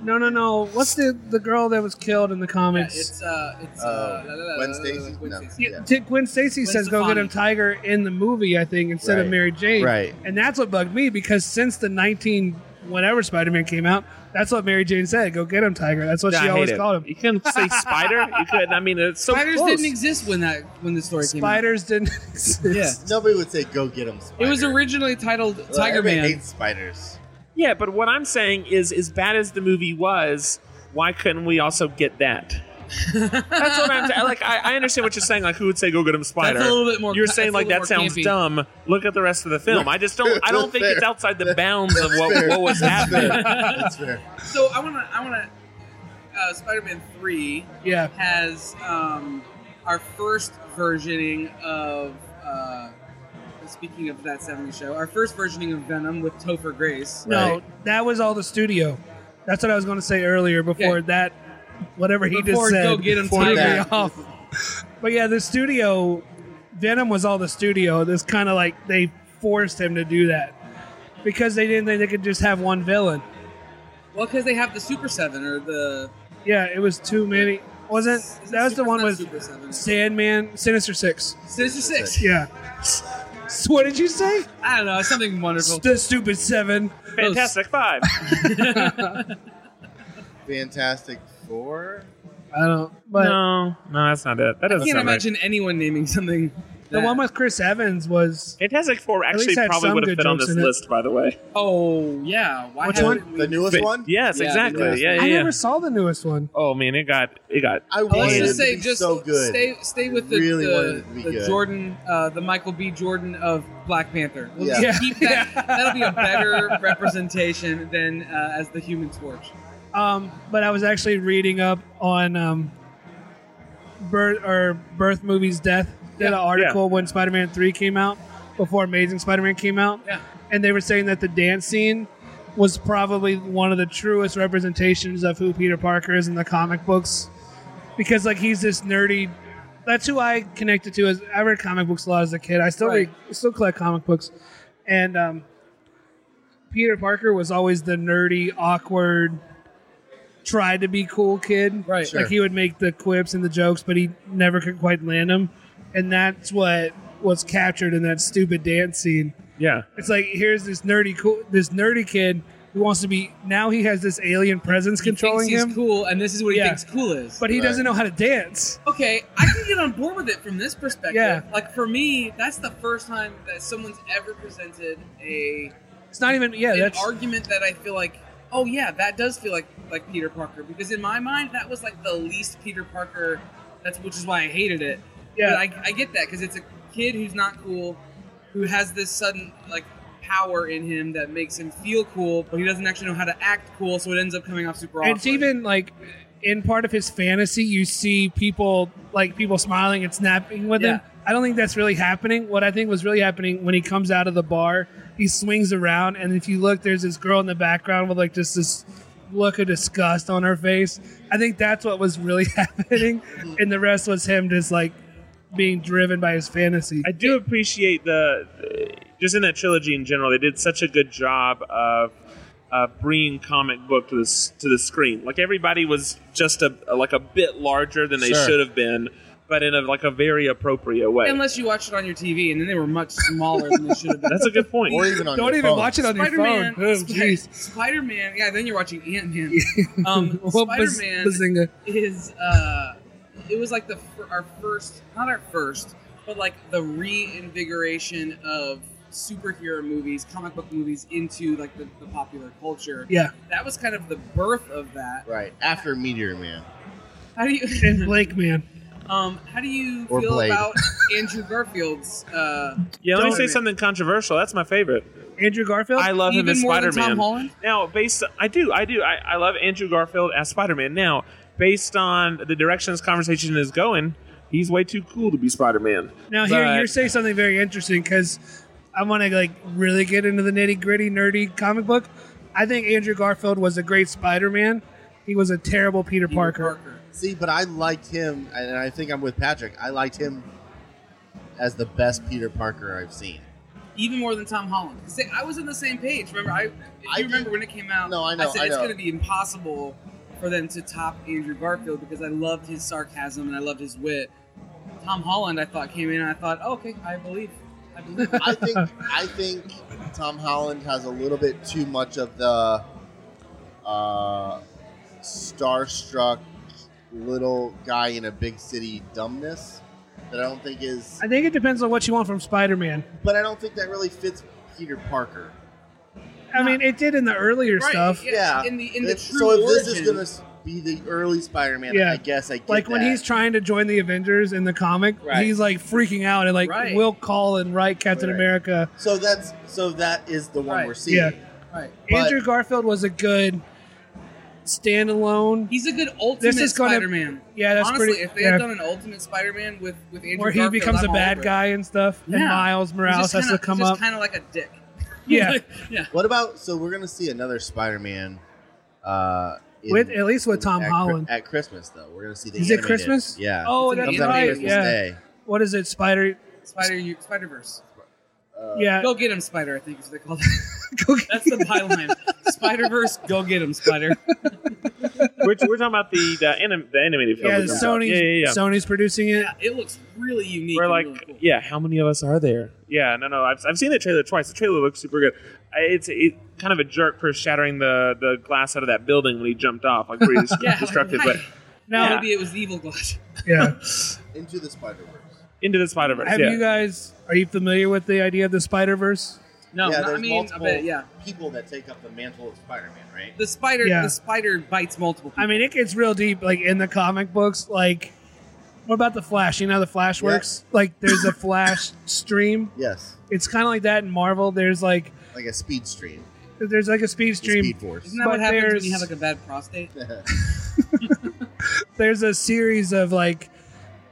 [SPEAKER 1] No, no, no. What's the the girl that was killed in the
[SPEAKER 3] yeah,
[SPEAKER 1] comments?
[SPEAKER 3] it's uh, it's
[SPEAKER 2] Uh,
[SPEAKER 3] uh, la- la- la- la- la-
[SPEAKER 2] Gwen
[SPEAKER 3] la- la-
[SPEAKER 2] Stacy?
[SPEAKER 3] Gwen
[SPEAKER 2] No.
[SPEAKER 1] Yeah,
[SPEAKER 2] Yeah.
[SPEAKER 1] T- Gwen Stacy
[SPEAKER 3] Gwen
[SPEAKER 1] says go get
[SPEAKER 3] Stefani.
[SPEAKER 1] him Tiger in the movie, I think, instead
[SPEAKER 2] Right.
[SPEAKER 1] of Mary Jane.
[SPEAKER 2] Right.
[SPEAKER 1] And that's what bugged me because since the 19 whenever Spider-Man came out, that's what Mary Jane said, go get him Tiger. That's what
[SPEAKER 4] I
[SPEAKER 1] she
[SPEAKER 4] hate
[SPEAKER 1] always
[SPEAKER 4] it.
[SPEAKER 1] called him.
[SPEAKER 4] You couldn't say spider. You couldn't. I mean, it's so
[SPEAKER 3] Spiders
[SPEAKER 4] close.
[SPEAKER 3] didn't exist when that when the story
[SPEAKER 1] Spiders didn't
[SPEAKER 3] came out.
[SPEAKER 1] exist.
[SPEAKER 3] Yeah.
[SPEAKER 2] Nobody would say go get him. Spider.
[SPEAKER 3] It was originally titled
[SPEAKER 2] Well,
[SPEAKER 3] Tiger
[SPEAKER 2] everybody
[SPEAKER 3] Man.
[SPEAKER 2] hates spiders.
[SPEAKER 4] yeah, but what I'm saying is, as bad as the movie was, why couldn't we also get that? That's what I'm saying. Like, I, I understand what you're saying. Like, who would say go get him spider?
[SPEAKER 3] That's a little bit more-
[SPEAKER 4] You're
[SPEAKER 3] that's
[SPEAKER 4] saying
[SPEAKER 3] a
[SPEAKER 4] like
[SPEAKER 3] little
[SPEAKER 4] that
[SPEAKER 3] more
[SPEAKER 4] sounds
[SPEAKER 3] campy.
[SPEAKER 4] dumb. Look at the rest of the film. I just don't. I don't think
[SPEAKER 2] Fair.
[SPEAKER 4] it's outside the bounds of what,
[SPEAKER 2] fair.
[SPEAKER 4] what was
[SPEAKER 2] That's fair.
[SPEAKER 4] happening.
[SPEAKER 2] That's fair.
[SPEAKER 3] So I wanna I wanna uh, Spider Man three
[SPEAKER 1] Yeah.
[SPEAKER 3] has um, our first versioning of uh, speaking of that 70 show, our first versioning of Venom with Topher Grace.
[SPEAKER 1] No,
[SPEAKER 2] Right.
[SPEAKER 1] that was all the studio. That's what I was going to say earlier before
[SPEAKER 3] Okay.
[SPEAKER 1] that whatever he just
[SPEAKER 3] Before
[SPEAKER 1] said.
[SPEAKER 3] Go Get Him
[SPEAKER 1] threw me
[SPEAKER 2] Tiger.
[SPEAKER 1] off. But yeah, the studio Venom was all the studio. This kind of like they forced him to do that because they didn't think they could just have one villain.
[SPEAKER 3] Well, because they have the Super Seven or the
[SPEAKER 1] Yeah, it was too many. Wasn't
[SPEAKER 3] Is it
[SPEAKER 1] that was the
[SPEAKER 3] Super-
[SPEAKER 1] one
[SPEAKER 3] not
[SPEAKER 1] with
[SPEAKER 3] Super Seven?
[SPEAKER 1] Sandman, Sinister Six?
[SPEAKER 3] Sinister Six.
[SPEAKER 1] Yeah, So What did you say?
[SPEAKER 3] I don't know. It's something wonderful.
[SPEAKER 1] The stupid seven.
[SPEAKER 4] Fantastic Five.
[SPEAKER 2] Fantastic Four.
[SPEAKER 1] I don't. But
[SPEAKER 4] no, no, that's not it. That
[SPEAKER 3] I
[SPEAKER 4] doesn't
[SPEAKER 3] can't
[SPEAKER 4] sound right.
[SPEAKER 3] imagine anyone naming something.
[SPEAKER 1] the
[SPEAKER 3] that-
[SPEAKER 1] one with Chris Evans was
[SPEAKER 4] Fantastic Four actually
[SPEAKER 1] least had
[SPEAKER 4] probably
[SPEAKER 1] some
[SPEAKER 4] would have
[SPEAKER 1] good
[SPEAKER 4] fit on
[SPEAKER 1] jokes
[SPEAKER 4] this
[SPEAKER 1] in it.
[SPEAKER 4] list, by the way.
[SPEAKER 3] Oh yeah. Why
[SPEAKER 1] Which
[SPEAKER 3] haven't
[SPEAKER 1] one?
[SPEAKER 3] we-
[SPEAKER 2] The newest
[SPEAKER 4] But-
[SPEAKER 2] one.
[SPEAKER 4] Yes,
[SPEAKER 3] Yeah,
[SPEAKER 4] exactly.
[SPEAKER 3] the-
[SPEAKER 4] Yeah, yeah.
[SPEAKER 1] I
[SPEAKER 4] yeah.
[SPEAKER 1] never saw the newest one.
[SPEAKER 4] oh man, it got it got.
[SPEAKER 2] I
[SPEAKER 3] Oh, let's
[SPEAKER 2] wanted
[SPEAKER 3] just
[SPEAKER 2] it to
[SPEAKER 3] say,
[SPEAKER 2] be
[SPEAKER 3] just
[SPEAKER 2] so good.
[SPEAKER 3] stay stay with the,
[SPEAKER 2] Really wanted it to be
[SPEAKER 3] the, the
[SPEAKER 2] good.
[SPEAKER 3] Jordan, uh, the Michael B. Jordan of Black Panther. We'll
[SPEAKER 2] Yeah.
[SPEAKER 3] just keep that. That'll be a better representation than uh, as the Human Torch.
[SPEAKER 1] Um, but I was actually reading up on um, birth or birth movies death. Did an
[SPEAKER 3] Yeah.
[SPEAKER 1] article when Spider-Man three came out before Amazing Spider-Man came out,
[SPEAKER 3] Yeah.
[SPEAKER 1] and they were saying that the dance scene was probably one of the truest representations of who Peter Parker is in the comic books, because like he's this nerdy. That's who I connected to. As I read comic books a lot as a kid. I still
[SPEAKER 3] Right.
[SPEAKER 1] read, still collect comic books, and um, Peter Parker was always the nerdy, awkward, tried to be cool kid.
[SPEAKER 3] Right. Sure.
[SPEAKER 1] Like he would make the quips and the jokes, but he never could quite land them. And that's what was captured in that stupid dance scene.
[SPEAKER 4] Yeah,
[SPEAKER 1] It's like here's this nerdy cool this nerdy kid who wants to be now he has this alien presence controlling
[SPEAKER 3] he thinks
[SPEAKER 1] him,
[SPEAKER 3] he's cool, and this is what he
[SPEAKER 1] Yeah.
[SPEAKER 3] thinks cool is.
[SPEAKER 1] but he
[SPEAKER 2] Right.
[SPEAKER 1] doesn't know how to dance.
[SPEAKER 3] okay, I can get on board with it from this perspective.
[SPEAKER 1] Yeah.
[SPEAKER 3] Like for me, that's the first time that someone's ever presented a
[SPEAKER 1] It's not even yeah,
[SPEAKER 3] an
[SPEAKER 1] that's
[SPEAKER 3] argument that I feel like, oh yeah, that does feel like like Peter Parker because in my mind that was like the least Peter Parker. That's which is why I hated it.
[SPEAKER 1] yeah.
[SPEAKER 3] But I, I get that because it's a kid who's not cool, who has this sudden like power in him that makes him feel cool, but he doesn't actually know how to act cool, so it ends up coming off super awkward.
[SPEAKER 1] It's even like in part of his fantasy, you see people like people smiling and snapping with him.
[SPEAKER 3] Yeah.
[SPEAKER 1] I don't think that's really happening. What I think was really happening when he comes out of the bar, he swings around, and if you look, there's this girl in the background with like just this look of disgust on her face. I think that's what was really happening, and the rest was him just like being driven by his fantasy.
[SPEAKER 4] I do appreciate the just in that trilogy in general. They did such a good job of uh, bringing comic book to this to the screen. Like everybody was just a like a bit larger than they
[SPEAKER 2] Sure.
[SPEAKER 4] should have been, but in a like a very appropriate way.
[SPEAKER 3] Unless you watch it on your TV, and then they were much smaller than they should have been.
[SPEAKER 4] That's a good point.
[SPEAKER 2] or even on
[SPEAKER 1] don't
[SPEAKER 2] your
[SPEAKER 1] even
[SPEAKER 2] phone.
[SPEAKER 1] watch it on
[SPEAKER 3] Spider-Man,
[SPEAKER 1] your phone. Oh, jeez.
[SPEAKER 3] Spider Man. Yeah, then you're watching Ant Man. Um,
[SPEAKER 1] Well, Baz-
[SPEAKER 3] Spider Man
[SPEAKER 1] Bazinga.
[SPEAKER 3] is. Uh, it was like the fir- our first, not our first, but like the reinvigoration of superhero movies, comic book movies into like the, the popular culture.
[SPEAKER 1] Yeah,
[SPEAKER 3] That was kind of the birth of that.
[SPEAKER 2] Right after Meteor Man.
[SPEAKER 3] How do
[SPEAKER 1] and
[SPEAKER 3] you,
[SPEAKER 1] Blake, man.
[SPEAKER 3] um, how do you
[SPEAKER 2] Or
[SPEAKER 3] feel
[SPEAKER 2] Blade.
[SPEAKER 3] about Andrew Garfield's? Uh,
[SPEAKER 4] Yeah, let me
[SPEAKER 1] Don't-
[SPEAKER 4] say something controversial. That's my favorite.
[SPEAKER 1] Andrew Garfield.
[SPEAKER 4] I love him
[SPEAKER 3] even
[SPEAKER 4] as
[SPEAKER 3] more than
[SPEAKER 4] Spider
[SPEAKER 3] Tom
[SPEAKER 4] Man.
[SPEAKER 3] Holland.
[SPEAKER 4] Now, based I do, I do, I, I love Andrew Garfield as Spider Man. Now, based on the direction this conversation is going, he's way too cool to be Spider Man.
[SPEAKER 1] Now here
[SPEAKER 4] But-
[SPEAKER 1] you're saying something very interesting because I want to like really get into the nitty gritty nerdy comic book. I think Andrew Garfield was a great Spider-Man. He was a terrible Peter,
[SPEAKER 3] Peter
[SPEAKER 1] Parker.
[SPEAKER 3] Parker.
[SPEAKER 2] See, but I liked him, and I think I'm with Patrick. I liked him as the best Peter Parker I've seen.
[SPEAKER 3] even more than Tom Holland. 'Cause they- I was on the same page. Remember, I, if
[SPEAKER 2] I
[SPEAKER 3] you remember
[SPEAKER 2] did-
[SPEAKER 3] when it came out.
[SPEAKER 2] No, I know,
[SPEAKER 3] said
[SPEAKER 2] I
[SPEAKER 3] it's
[SPEAKER 2] know.
[SPEAKER 3] going to be impossible for them to top Andrew Garfield because I loved his sarcasm and I loved his wit. Tom Holland, I thought came in and I thought, oh, okay, I believe, I believe.
[SPEAKER 2] I think I think Tom Holland has a little bit too much of the uh, starstruck little guy in a big city dumbness that I don't think is.
[SPEAKER 1] I think it depends on what you want from Spider-Man.
[SPEAKER 2] But I don't think that really fits Peter Parker.
[SPEAKER 1] I mean, it did in the earlier
[SPEAKER 3] Right,
[SPEAKER 1] stuff.
[SPEAKER 2] Yeah.
[SPEAKER 3] In the in the
[SPEAKER 2] If-
[SPEAKER 3] true
[SPEAKER 2] so if
[SPEAKER 3] origin,
[SPEAKER 2] this is going to be the early Spider-Man,
[SPEAKER 1] Yeah.
[SPEAKER 2] I guess I get
[SPEAKER 1] Like when
[SPEAKER 2] that.
[SPEAKER 1] he's trying to join the Avengers in the comic,
[SPEAKER 3] Right.
[SPEAKER 1] he's like freaking out and like
[SPEAKER 3] Right.
[SPEAKER 1] will call and write Captain
[SPEAKER 2] Right.
[SPEAKER 1] America.
[SPEAKER 2] So that's so that is the one
[SPEAKER 3] Right,
[SPEAKER 2] we're seeing.
[SPEAKER 1] yeah.
[SPEAKER 3] right?
[SPEAKER 2] But-
[SPEAKER 1] Andrew Garfield was a good standalone.
[SPEAKER 3] He's a good ultimate
[SPEAKER 1] This is gonna-
[SPEAKER 3] Spider-Man.
[SPEAKER 1] Yeah, that's
[SPEAKER 3] Honestly,
[SPEAKER 1] pretty.
[SPEAKER 3] if they
[SPEAKER 1] yeah.
[SPEAKER 3] had done an ultimate Spider-Man with with Andrew
[SPEAKER 1] where he
[SPEAKER 3] Garfield,
[SPEAKER 1] becomes
[SPEAKER 3] I'm
[SPEAKER 1] a
[SPEAKER 3] all
[SPEAKER 1] bad
[SPEAKER 3] over it.
[SPEAKER 1] guy and stuff, and
[SPEAKER 3] Yeah.
[SPEAKER 1] Miles
[SPEAKER 3] He's
[SPEAKER 1] Morales
[SPEAKER 3] just
[SPEAKER 1] has
[SPEAKER 3] kinda,
[SPEAKER 1] to come
[SPEAKER 3] he's
[SPEAKER 1] up.
[SPEAKER 3] just kind of like a dick.
[SPEAKER 1] Yeah.
[SPEAKER 3] yeah.
[SPEAKER 2] What about so we're gonna see another Spider-Man? Uh, in-
[SPEAKER 1] With- at least with
[SPEAKER 2] in-
[SPEAKER 1] Tom
[SPEAKER 2] at, Chri-
[SPEAKER 1] Holland.
[SPEAKER 2] at Christmas though. We're gonna see the.
[SPEAKER 1] Is it
[SPEAKER 2] animated-
[SPEAKER 1] Christmas?
[SPEAKER 2] Yeah.
[SPEAKER 1] Oh,
[SPEAKER 3] It's
[SPEAKER 1] that's
[SPEAKER 2] comes
[SPEAKER 3] in
[SPEAKER 2] out on
[SPEAKER 1] right.
[SPEAKER 2] Christmas
[SPEAKER 1] Yeah.
[SPEAKER 2] Day.
[SPEAKER 1] What is it? Spider.
[SPEAKER 3] Spider Spider Verse.
[SPEAKER 2] Uh,
[SPEAKER 1] Yeah.
[SPEAKER 3] Go get him, Spider. I think is what they called it.
[SPEAKER 1] Go get-
[SPEAKER 3] That's the byline. Spider Verse, go get him, Spider.
[SPEAKER 4] We're, we're talking about the the, anim, the animated film.
[SPEAKER 1] yeah,
[SPEAKER 4] that comes out.
[SPEAKER 1] Sony.
[SPEAKER 4] Yeah, yeah, yeah.
[SPEAKER 1] Sony's producing it.
[SPEAKER 3] It looks really unique.
[SPEAKER 4] We're
[SPEAKER 3] and
[SPEAKER 4] like,
[SPEAKER 3] really cool.
[SPEAKER 4] yeah, how many of us are there? Yeah, no, no. I've, I've seen the trailer twice. The trailer looks super good. I- It's it, kind of a jerk for shattering the, the glass out of that building when he jumped off, like pretty dest-
[SPEAKER 3] Yeah,
[SPEAKER 4] destructive.
[SPEAKER 3] like,
[SPEAKER 4] But
[SPEAKER 1] Now,
[SPEAKER 4] Yeah.
[SPEAKER 3] maybe it was the evil glass.
[SPEAKER 1] yeah.
[SPEAKER 2] Uh, Into the Spider Verse.
[SPEAKER 4] into the Spider Verse.
[SPEAKER 1] Have
[SPEAKER 4] Yeah.
[SPEAKER 1] you guys? Are you familiar with the idea of the Spider Verse?
[SPEAKER 3] No,
[SPEAKER 2] yeah,
[SPEAKER 3] no, I
[SPEAKER 2] there's
[SPEAKER 3] mean, I
[SPEAKER 2] multiple
[SPEAKER 3] bet, yeah.
[SPEAKER 2] people that take up the mantle of Spider Man, right?
[SPEAKER 3] The spider,
[SPEAKER 1] Yeah.
[SPEAKER 3] the spider bites multiple. People.
[SPEAKER 1] I mean, it gets real deep, like in the comic books. Like, what about the Flash? You know how the Flash
[SPEAKER 2] Yeah.
[SPEAKER 1] works. Like, there's a Flash stream.
[SPEAKER 2] Yes,
[SPEAKER 1] It's kind of like that in Marvel. There's like,
[SPEAKER 2] like a speed stream,
[SPEAKER 1] there's like a speed
[SPEAKER 2] The
[SPEAKER 1] stream.
[SPEAKER 2] Speed Force.
[SPEAKER 3] isn't that
[SPEAKER 1] but
[SPEAKER 3] what happens when
[SPEAKER 1] there's-
[SPEAKER 3] you have like a bad prostate?
[SPEAKER 1] There's a series of like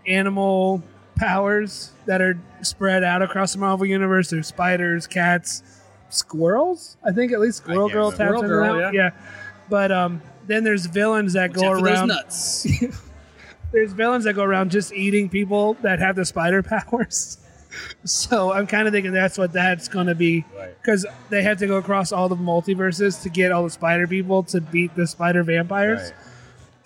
[SPEAKER 1] animal powers that are spread out across the Marvel universe. There's spiders, cats, squirrels. I think at least
[SPEAKER 2] I
[SPEAKER 1] Squirrel
[SPEAKER 2] can't
[SPEAKER 1] Girl taps
[SPEAKER 2] remember.
[SPEAKER 1] into
[SPEAKER 3] Squirrel
[SPEAKER 1] that.
[SPEAKER 3] Girl,
[SPEAKER 1] Yeah. But um, then there's villains that
[SPEAKER 3] Except
[SPEAKER 1] go
[SPEAKER 3] for those
[SPEAKER 1] around.
[SPEAKER 3] nuts.
[SPEAKER 1] there's villains that go around just eating people that have the spider powers. So I'm kind of thinking that's what that's going to be
[SPEAKER 2] right.
[SPEAKER 1] because they have to go across all the multiverses to get all the spider people to beat the spider vampires.
[SPEAKER 2] right.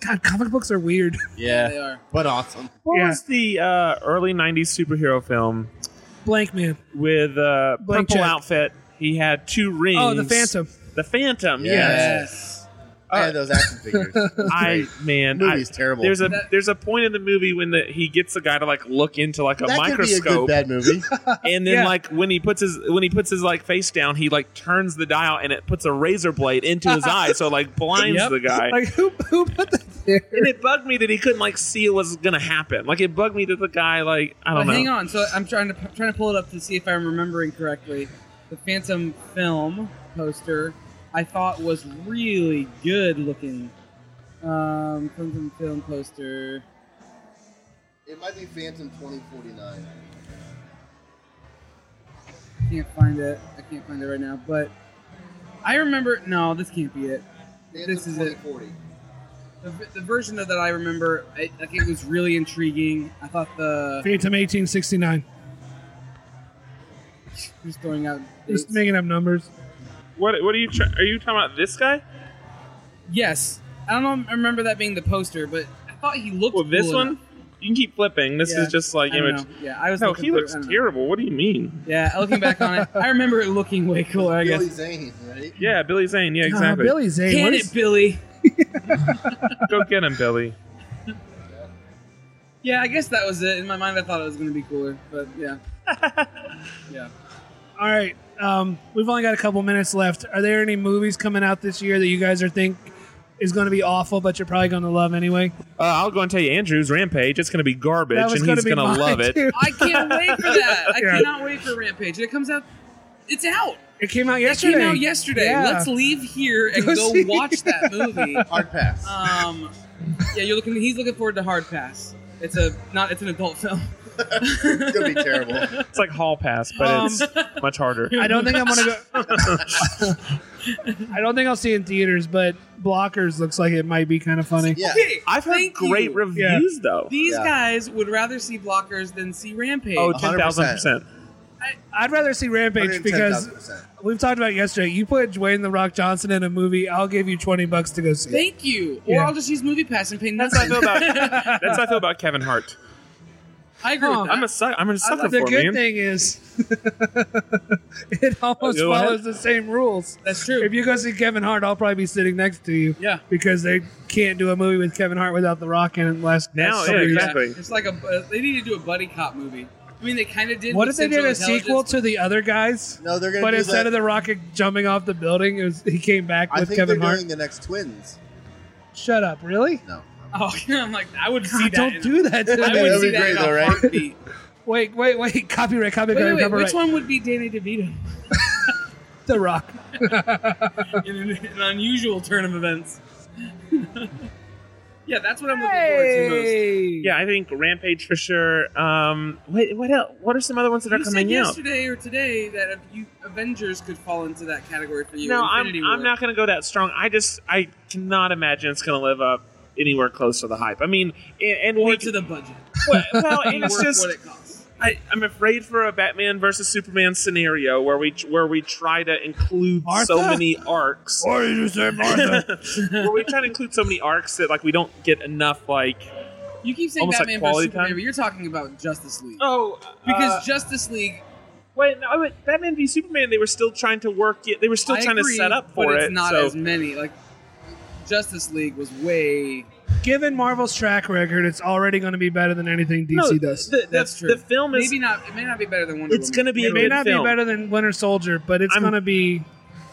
[SPEAKER 1] God, comic books are weird.
[SPEAKER 3] They
[SPEAKER 2] Yeah,
[SPEAKER 3] are.
[SPEAKER 2] but awesome.
[SPEAKER 4] What
[SPEAKER 1] Yeah.
[SPEAKER 4] was the uh, early '90s superhero film
[SPEAKER 1] Blank man.
[SPEAKER 4] with uh,
[SPEAKER 1] Blank
[SPEAKER 4] purple
[SPEAKER 1] check.
[SPEAKER 4] outfit? He had two rings.
[SPEAKER 1] Oh, the Phantom.
[SPEAKER 4] The Phantom. Yeah.
[SPEAKER 3] Yes.
[SPEAKER 2] I had those action figures.
[SPEAKER 4] I man,
[SPEAKER 2] The
[SPEAKER 4] I,
[SPEAKER 2] movie's terrible.
[SPEAKER 4] there's a
[SPEAKER 3] That-
[SPEAKER 4] there's a point in the movie when the, he gets the guy to like look into like a
[SPEAKER 2] that could be a good
[SPEAKER 4] microscope,
[SPEAKER 2] bad movie.
[SPEAKER 4] and then
[SPEAKER 1] Yeah.
[SPEAKER 4] like when he puts his when he puts his like face down, he like turns the dial and it puts a razor blade into his eye, so it, like blinds
[SPEAKER 3] Yep.
[SPEAKER 4] the guy.
[SPEAKER 1] Like who who put that there?
[SPEAKER 4] and it bugged me that he couldn't like see what was gonna happen. Like it bugged me that the guy like I
[SPEAKER 3] But
[SPEAKER 4] don't know.
[SPEAKER 3] hang on. So I'm trying to I'm trying to pull it up to see if I'm remembering correctly. The Phantom film poster I thought was really good looking. Um, Phantom film poster.
[SPEAKER 2] it might be Phantom 2049.
[SPEAKER 3] I can't find it. I can't find it right now. But I remember. No, this can't be it.
[SPEAKER 2] Phantom
[SPEAKER 3] This is it.
[SPEAKER 2] 2040.
[SPEAKER 3] The, the version of that I remember, I, like it was really intriguing. I thought the
[SPEAKER 1] Phantom 1869.
[SPEAKER 3] who's throwing out.
[SPEAKER 1] Just
[SPEAKER 3] dates.
[SPEAKER 1] making up numbers.
[SPEAKER 4] What what are you try- are you talking about? This guy?
[SPEAKER 3] Yes, I don't know- remember that being the poster, but I thought he looked.
[SPEAKER 4] Well, this
[SPEAKER 3] cool
[SPEAKER 4] one.
[SPEAKER 3] enough.
[SPEAKER 4] You can keep flipping. This
[SPEAKER 3] Yeah.
[SPEAKER 4] is just like
[SPEAKER 3] I don't
[SPEAKER 4] image.
[SPEAKER 3] know. Yeah, I was.
[SPEAKER 4] No,
[SPEAKER 3] looking
[SPEAKER 4] he
[SPEAKER 3] through-
[SPEAKER 4] looks
[SPEAKER 3] I don't know.
[SPEAKER 4] terrible. What do you mean?
[SPEAKER 3] Yeah, looking back on it, I remember it looking way cooler. I
[SPEAKER 2] Billy
[SPEAKER 3] guess.
[SPEAKER 2] Zane, right?
[SPEAKER 4] Yeah, Billy Zane. Yeah,
[SPEAKER 1] Ah,
[SPEAKER 4] exactly.
[SPEAKER 1] Billy Zane.
[SPEAKER 3] Can
[SPEAKER 1] what
[SPEAKER 3] it,
[SPEAKER 1] is-
[SPEAKER 3] Billy?
[SPEAKER 4] Go get him, Billy.
[SPEAKER 3] Yeah, I guess that was it. In my mind, I thought it was going to be cooler, but yeah. yeah.
[SPEAKER 1] All right. Um, we've only got a couple minutes left. Are there any movies coming out this year that you guys are think is going to be awful, but you're probably going to love anyway?
[SPEAKER 4] Uh, I'll go and tell you, Andrew's Rampage. It's going to be garbage,
[SPEAKER 1] That was
[SPEAKER 4] and he's
[SPEAKER 1] be
[SPEAKER 4] going to
[SPEAKER 1] mine,
[SPEAKER 4] love it.
[SPEAKER 1] too.
[SPEAKER 3] I can't wait for that. I
[SPEAKER 1] Yeah.
[SPEAKER 3] cannot wait for Rampage. It comes out. It's out.
[SPEAKER 1] It came out
[SPEAKER 3] It came
[SPEAKER 1] yesterday.
[SPEAKER 3] out yesterday.
[SPEAKER 1] Yeah.
[SPEAKER 3] Let's leave here and
[SPEAKER 1] Go
[SPEAKER 3] go
[SPEAKER 1] see-
[SPEAKER 3] watch that movie.
[SPEAKER 2] Hard pass.
[SPEAKER 3] Um, yeah, you're looking. He's looking forward to Hard Pass. It's a not. It's an adult film.
[SPEAKER 2] it's gonna be terrible.
[SPEAKER 4] It's like Hall Pass, but
[SPEAKER 1] Um,
[SPEAKER 4] it's much harder.
[SPEAKER 1] I don't think I'm gonna go. I don't think I'll see it in theaters, but Blockers looks like it might be kind of funny.
[SPEAKER 2] Yeah,
[SPEAKER 3] Okay,
[SPEAKER 4] I've heard
[SPEAKER 3] thank
[SPEAKER 4] great
[SPEAKER 3] you.
[SPEAKER 4] reviews, though.
[SPEAKER 3] These
[SPEAKER 2] Yeah.
[SPEAKER 3] guys would rather see Blockers than see Rampage.
[SPEAKER 4] Oh,
[SPEAKER 2] 100%.
[SPEAKER 4] 10,000%.
[SPEAKER 1] I'd rather see Rampage because
[SPEAKER 2] 110,000%.
[SPEAKER 1] we've talked about it yesterday. You put Dwayne the Rock Johnson in a movie, I'll give you twenty bucks to go see. it.
[SPEAKER 3] Thank you. Or
[SPEAKER 1] Yeah.
[SPEAKER 3] I'll just use Movie Pass and pay
[SPEAKER 4] That's how I
[SPEAKER 3] nothing.
[SPEAKER 4] feel about. that's how I feel about Kevin Hart.
[SPEAKER 3] I agree.
[SPEAKER 1] Huh.
[SPEAKER 3] With that.
[SPEAKER 4] I'm a suck, I'm a sucker
[SPEAKER 1] the
[SPEAKER 4] for
[SPEAKER 1] good
[SPEAKER 4] man.
[SPEAKER 1] thing is, it almost
[SPEAKER 4] Go ahead.
[SPEAKER 1] follows the same rules.
[SPEAKER 3] That's true.
[SPEAKER 1] If you go see Kevin Hart, I'll probably be sitting next to you
[SPEAKER 3] yeah.
[SPEAKER 1] because they can't do a movie with Kevin Hart without The Rock in it. Last
[SPEAKER 4] Now,
[SPEAKER 1] last
[SPEAKER 4] yeah,
[SPEAKER 1] couple years.
[SPEAKER 4] exactly.
[SPEAKER 3] It's like a. Uh, they need to do a buddy cop movie. I mean, they kind of did.
[SPEAKER 1] What if
[SPEAKER 3] with
[SPEAKER 1] they did a
[SPEAKER 3] Central
[SPEAKER 1] sequel
[SPEAKER 3] Intelligence.
[SPEAKER 1] to the other guys?
[SPEAKER 2] No, they're gonna.
[SPEAKER 1] But
[SPEAKER 2] do
[SPEAKER 1] instead
[SPEAKER 2] that.
[SPEAKER 1] of the rocket jumping off the building, it was, he came back
[SPEAKER 2] I
[SPEAKER 1] with
[SPEAKER 2] think
[SPEAKER 1] Kevin
[SPEAKER 2] they're
[SPEAKER 1] Hart.
[SPEAKER 2] doing the next Twins.
[SPEAKER 1] Shut up, really?
[SPEAKER 2] No,
[SPEAKER 3] Oh, yeah, I'm like, I would see
[SPEAKER 1] God,
[SPEAKER 3] that.
[SPEAKER 1] don't
[SPEAKER 3] in-
[SPEAKER 1] do that. To
[SPEAKER 3] I
[SPEAKER 1] me.
[SPEAKER 2] That'd
[SPEAKER 3] would
[SPEAKER 2] be
[SPEAKER 3] see that
[SPEAKER 2] great,
[SPEAKER 3] in a
[SPEAKER 2] though, right?
[SPEAKER 3] heartbeat.
[SPEAKER 1] Wait, wait, wait! Copyright, copyright,
[SPEAKER 3] Wait, wait, wait.
[SPEAKER 1] copyright.
[SPEAKER 3] Which one would be Danny DeVito?
[SPEAKER 1] The Rock.
[SPEAKER 3] in an, an unusual turn of events. yeah, that's what I'm looking forward to most.
[SPEAKER 4] Yeah, I think Rampage for sure. Um, what what else? What are some other ones that are
[SPEAKER 3] You said
[SPEAKER 4] coming out?
[SPEAKER 3] yesterday or today that if you, Avengers could fall into that category for you.
[SPEAKER 4] No, I'm
[SPEAKER 3] Infinity
[SPEAKER 4] I'm
[SPEAKER 3] War.
[SPEAKER 4] not going to go that strong. I just I cannot imagine it's going to live up anywhere close to the hype. I mean, and, and
[SPEAKER 3] Or
[SPEAKER 4] we,
[SPEAKER 3] to the budget.
[SPEAKER 4] well, and
[SPEAKER 3] Worth
[SPEAKER 4] it's just
[SPEAKER 3] what it costs.
[SPEAKER 4] I, I'm afraid for a Batman versus Superman scenario where we where we try to include so
[SPEAKER 1] Martha?
[SPEAKER 4] many arcs.
[SPEAKER 1] Or you just say Martha.
[SPEAKER 4] where we try to include so many arcs that like we don't get enough like
[SPEAKER 3] You keep saying
[SPEAKER 4] Almost like
[SPEAKER 3] Batman
[SPEAKER 4] quality
[SPEAKER 3] versus Superman,
[SPEAKER 4] time?
[SPEAKER 3] but you're talking about Justice League.
[SPEAKER 4] oh
[SPEAKER 3] because
[SPEAKER 4] uh,
[SPEAKER 3] Justice League,
[SPEAKER 4] wait no, but Batman v Superman they were still trying to work it they were still
[SPEAKER 3] I
[SPEAKER 4] trying
[SPEAKER 3] agree,
[SPEAKER 4] to set up for
[SPEAKER 3] but it's
[SPEAKER 4] it
[SPEAKER 3] not
[SPEAKER 4] so
[SPEAKER 3] as many. Like Justice League was way.
[SPEAKER 1] Given Marvel's track record, it's already going to be better than anything DC
[SPEAKER 4] no,
[SPEAKER 1] does.
[SPEAKER 4] the, the,
[SPEAKER 3] That's true.
[SPEAKER 4] the film is
[SPEAKER 3] Maybe not. It may not be better than Wonder
[SPEAKER 4] It's
[SPEAKER 3] Woman.
[SPEAKER 4] gonna be
[SPEAKER 1] it may
[SPEAKER 4] good
[SPEAKER 1] not
[SPEAKER 4] film.
[SPEAKER 1] be better than Winter Soldier, but it's
[SPEAKER 4] I'm-
[SPEAKER 1] going to be.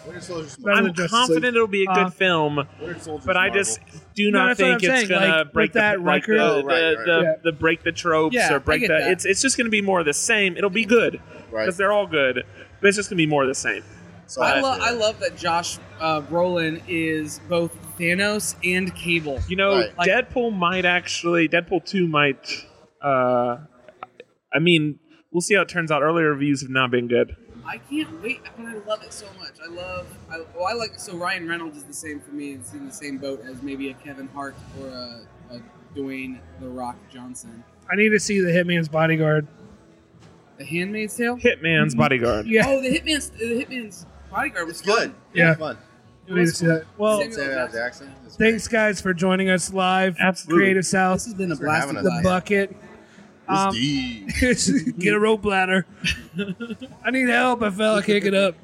[SPEAKER 2] Winter Soldier's
[SPEAKER 1] better
[SPEAKER 2] Marvel.
[SPEAKER 4] I'm
[SPEAKER 1] than Justice
[SPEAKER 4] confident it'll be a good
[SPEAKER 1] Uh,
[SPEAKER 4] film
[SPEAKER 2] Winter Soldier's
[SPEAKER 4] but I
[SPEAKER 2] Marvel.
[SPEAKER 4] just do
[SPEAKER 1] No,
[SPEAKER 4] not
[SPEAKER 1] that's what
[SPEAKER 4] think
[SPEAKER 1] I'm
[SPEAKER 4] it's
[SPEAKER 1] saying,
[SPEAKER 4] gonna
[SPEAKER 1] like,
[SPEAKER 4] break
[SPEAKER 1] with that
[SPEAKER 4] the, like
[SPEAKER 1] record-
[SPEAKER 4] the,
[SPEAKER 2] Oh, right,
[SPEAKER 4] the,
[SPEAKER 2] right.
[SPEAKER 4] the,
[SPEAKER 1] Yeah.
[SPEAKER 4] the break the tropes
[SPEAKER 3] Yeah, I
[SPEAKER 4] or break
[SPEAKER 3] get
[SPEAKER 4] the
[SPEAKER 3] that.
[SPEAKER 4] it's it's just gonna be more of the same. It'll be good
[SPEAKER 2] right.
[SPEAKER 4] because they're all good, but it's just gonna be more of the same.
[SPEAKER 2] So
[SPEAKER 3] I,
[SPEAKER 2] I-
[SPEAKER 3] lo- I love that Josh uh, Brolin is both Thanos and Cable.
[SPEAKER 4] You know,
[SPEAKER 2] Right.
[SPEAKER 3] Like-
[SPEAKER 4] Deadpool might actually Deadpool two might. uh I mean, we'll see how it turns out. Earlier reviews have not been good.
[SPEAKER 3] I can't wait, but I love it so much. I love. I, well, I like. So Ryan Reynolds is the same for me. It's in the same boat as maybe a Kevin Hart or a, a Dwayne the Rock Johnson.
[SPEAKER 1] I need to see the Hitman's Bodyguard.
[SPEAKER 3] The Handmaid's Tale.
[SPEAKER 4] Hitman's bodyguard.
[SPEAKER 1] Yeah,
[SPEAKER 3] Oh, the Hitman's the Hitman's bodyguard was
[SPEAKER 2] It's good.
[SPEAKER 3] fun.
[SPEAKER 1] Yeah.
[SPEAKER 2] It's fun.
[SPEAKER 1] I need to see that. Well,
[SPEAKER 3] Samuel
[SPEAKER 2] Samuel L.
[SPEAKER 3] Jackson.
[SPEAKER 2] Jackson. is great.
[SPEAKER 1] thanks guys for joining us live.
[SPEAKER 4] Absolutely.
[SPEAKER 1] Creative
[SPEAKER 3] This
[SPEAKER 1] South,
[SPEAKER 3] has been a
[SPEAKER 2] Thanks for
[SPEAKER 3] blast.
[SPEAKER 2] having
[SPEAKER 3] of
[SPEAKER 2] us.
[SPEAKER 1] the
[SPEAKER 3] life.
[SPEAKER 1] bucket.
[SPEAKER 2] It's
[SPEAKER 1] Um,
[SPEAKER 2] deep.
[SPEAKER 1] get a rope ladder. I need help. I fell. I can't get up.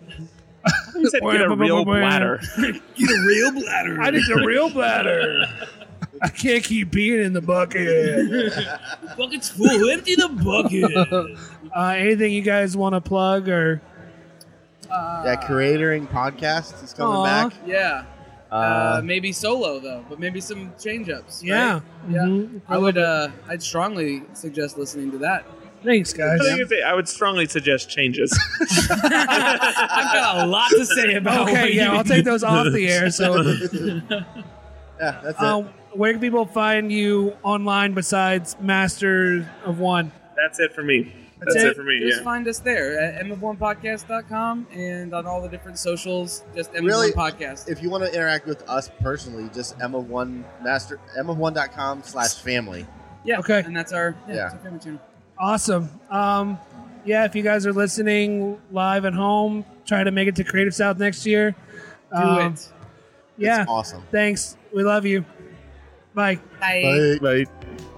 [SPEAKER 4] He said, "Get a real bladder."
[SPEAKER 3] Get a real bladder.
[SPEAKER 1] I need the real bladder. I can't keep being in the bucket.
[SPEAKER 3] bucket's full. Empty the bucket.
[SPEAKER 1] Uh, anything you guys want to plug or
[SPEAKER 3] Uh,
[SPEAKER 2] yeah, Creatoring podcast is coming
[SPEAKER 1] Aw.
[SPEAKER 2] back.
[SPEAKER 3] yeah.
[SPEAKER 2] Uh,
[SPEAKER 3] Uh, maybe solo though, but maybe some change ups.
[SPEAKER 1] yeah?
[SPEAKER 3] Yeah.
[SPEAKER 1] Mhm.
[SPEAKER 3] I would. Uh, I'd strongly suggest listening to that.
[SPEAKER 1] Thanks,
[SPEAKER 4] I
[SPEAKER 1] guys.
[SPEAKER 4] think it's- I would strongly suggest changes.
[SPEAKER 3] I've got a lot to say about.
[SPEAKER 1] Okay,
[SPEAKER 3] what
[SPEAKER 1] yeah,
[SPEAKER 3] you-
[SPEAKER 1] I'll take those off the air. So,
[SPEAKER 2] yeah, that's
[SPEAKER 1] uh,
[SPEAKER 2] it.
[SPEAKER 1] where can people find you online besides Master of One?
[SPEAKER 4] That's it for me. That's,
[SPEAKER 1] it?
[SPEAKER 4] it. for me.
[SPEAKER 3] Just
[SPEAKER 4] yeah.
[SPEAKER 3] find us there at m1podcast.com and on all the different socials. Just m1podcast.
[SPEAKER 2] Really?
[SPEAKER 3] podcast.
[SPEAKER 2] If you want to interact with us personally, just Emma1 Master Emma1.com slash family.
[SPEAKER 3] yeah.
[SPEAKER 1] Okay.
[SPEAKER 3] And that's our yeah.
[SPEAKER 2] Yeah.
[SPEAKER 3] it's our family channel.
[SPEAKER 1] Awesome. Um, yeah, if you guys are listening live at home, try to make it to Creative South next year.
[SPEAKER 3] Do
[SPEAKER 1] Um,
[SPEAKER 3] it.
[SPEAKER 1] Yeah.
[SPEAKER 2] It's awesome.
[SPEAKER 1] Thanks. We love you. Bye.
[SPEAKER 3] Bye.
[SPEAKER 2] Bye.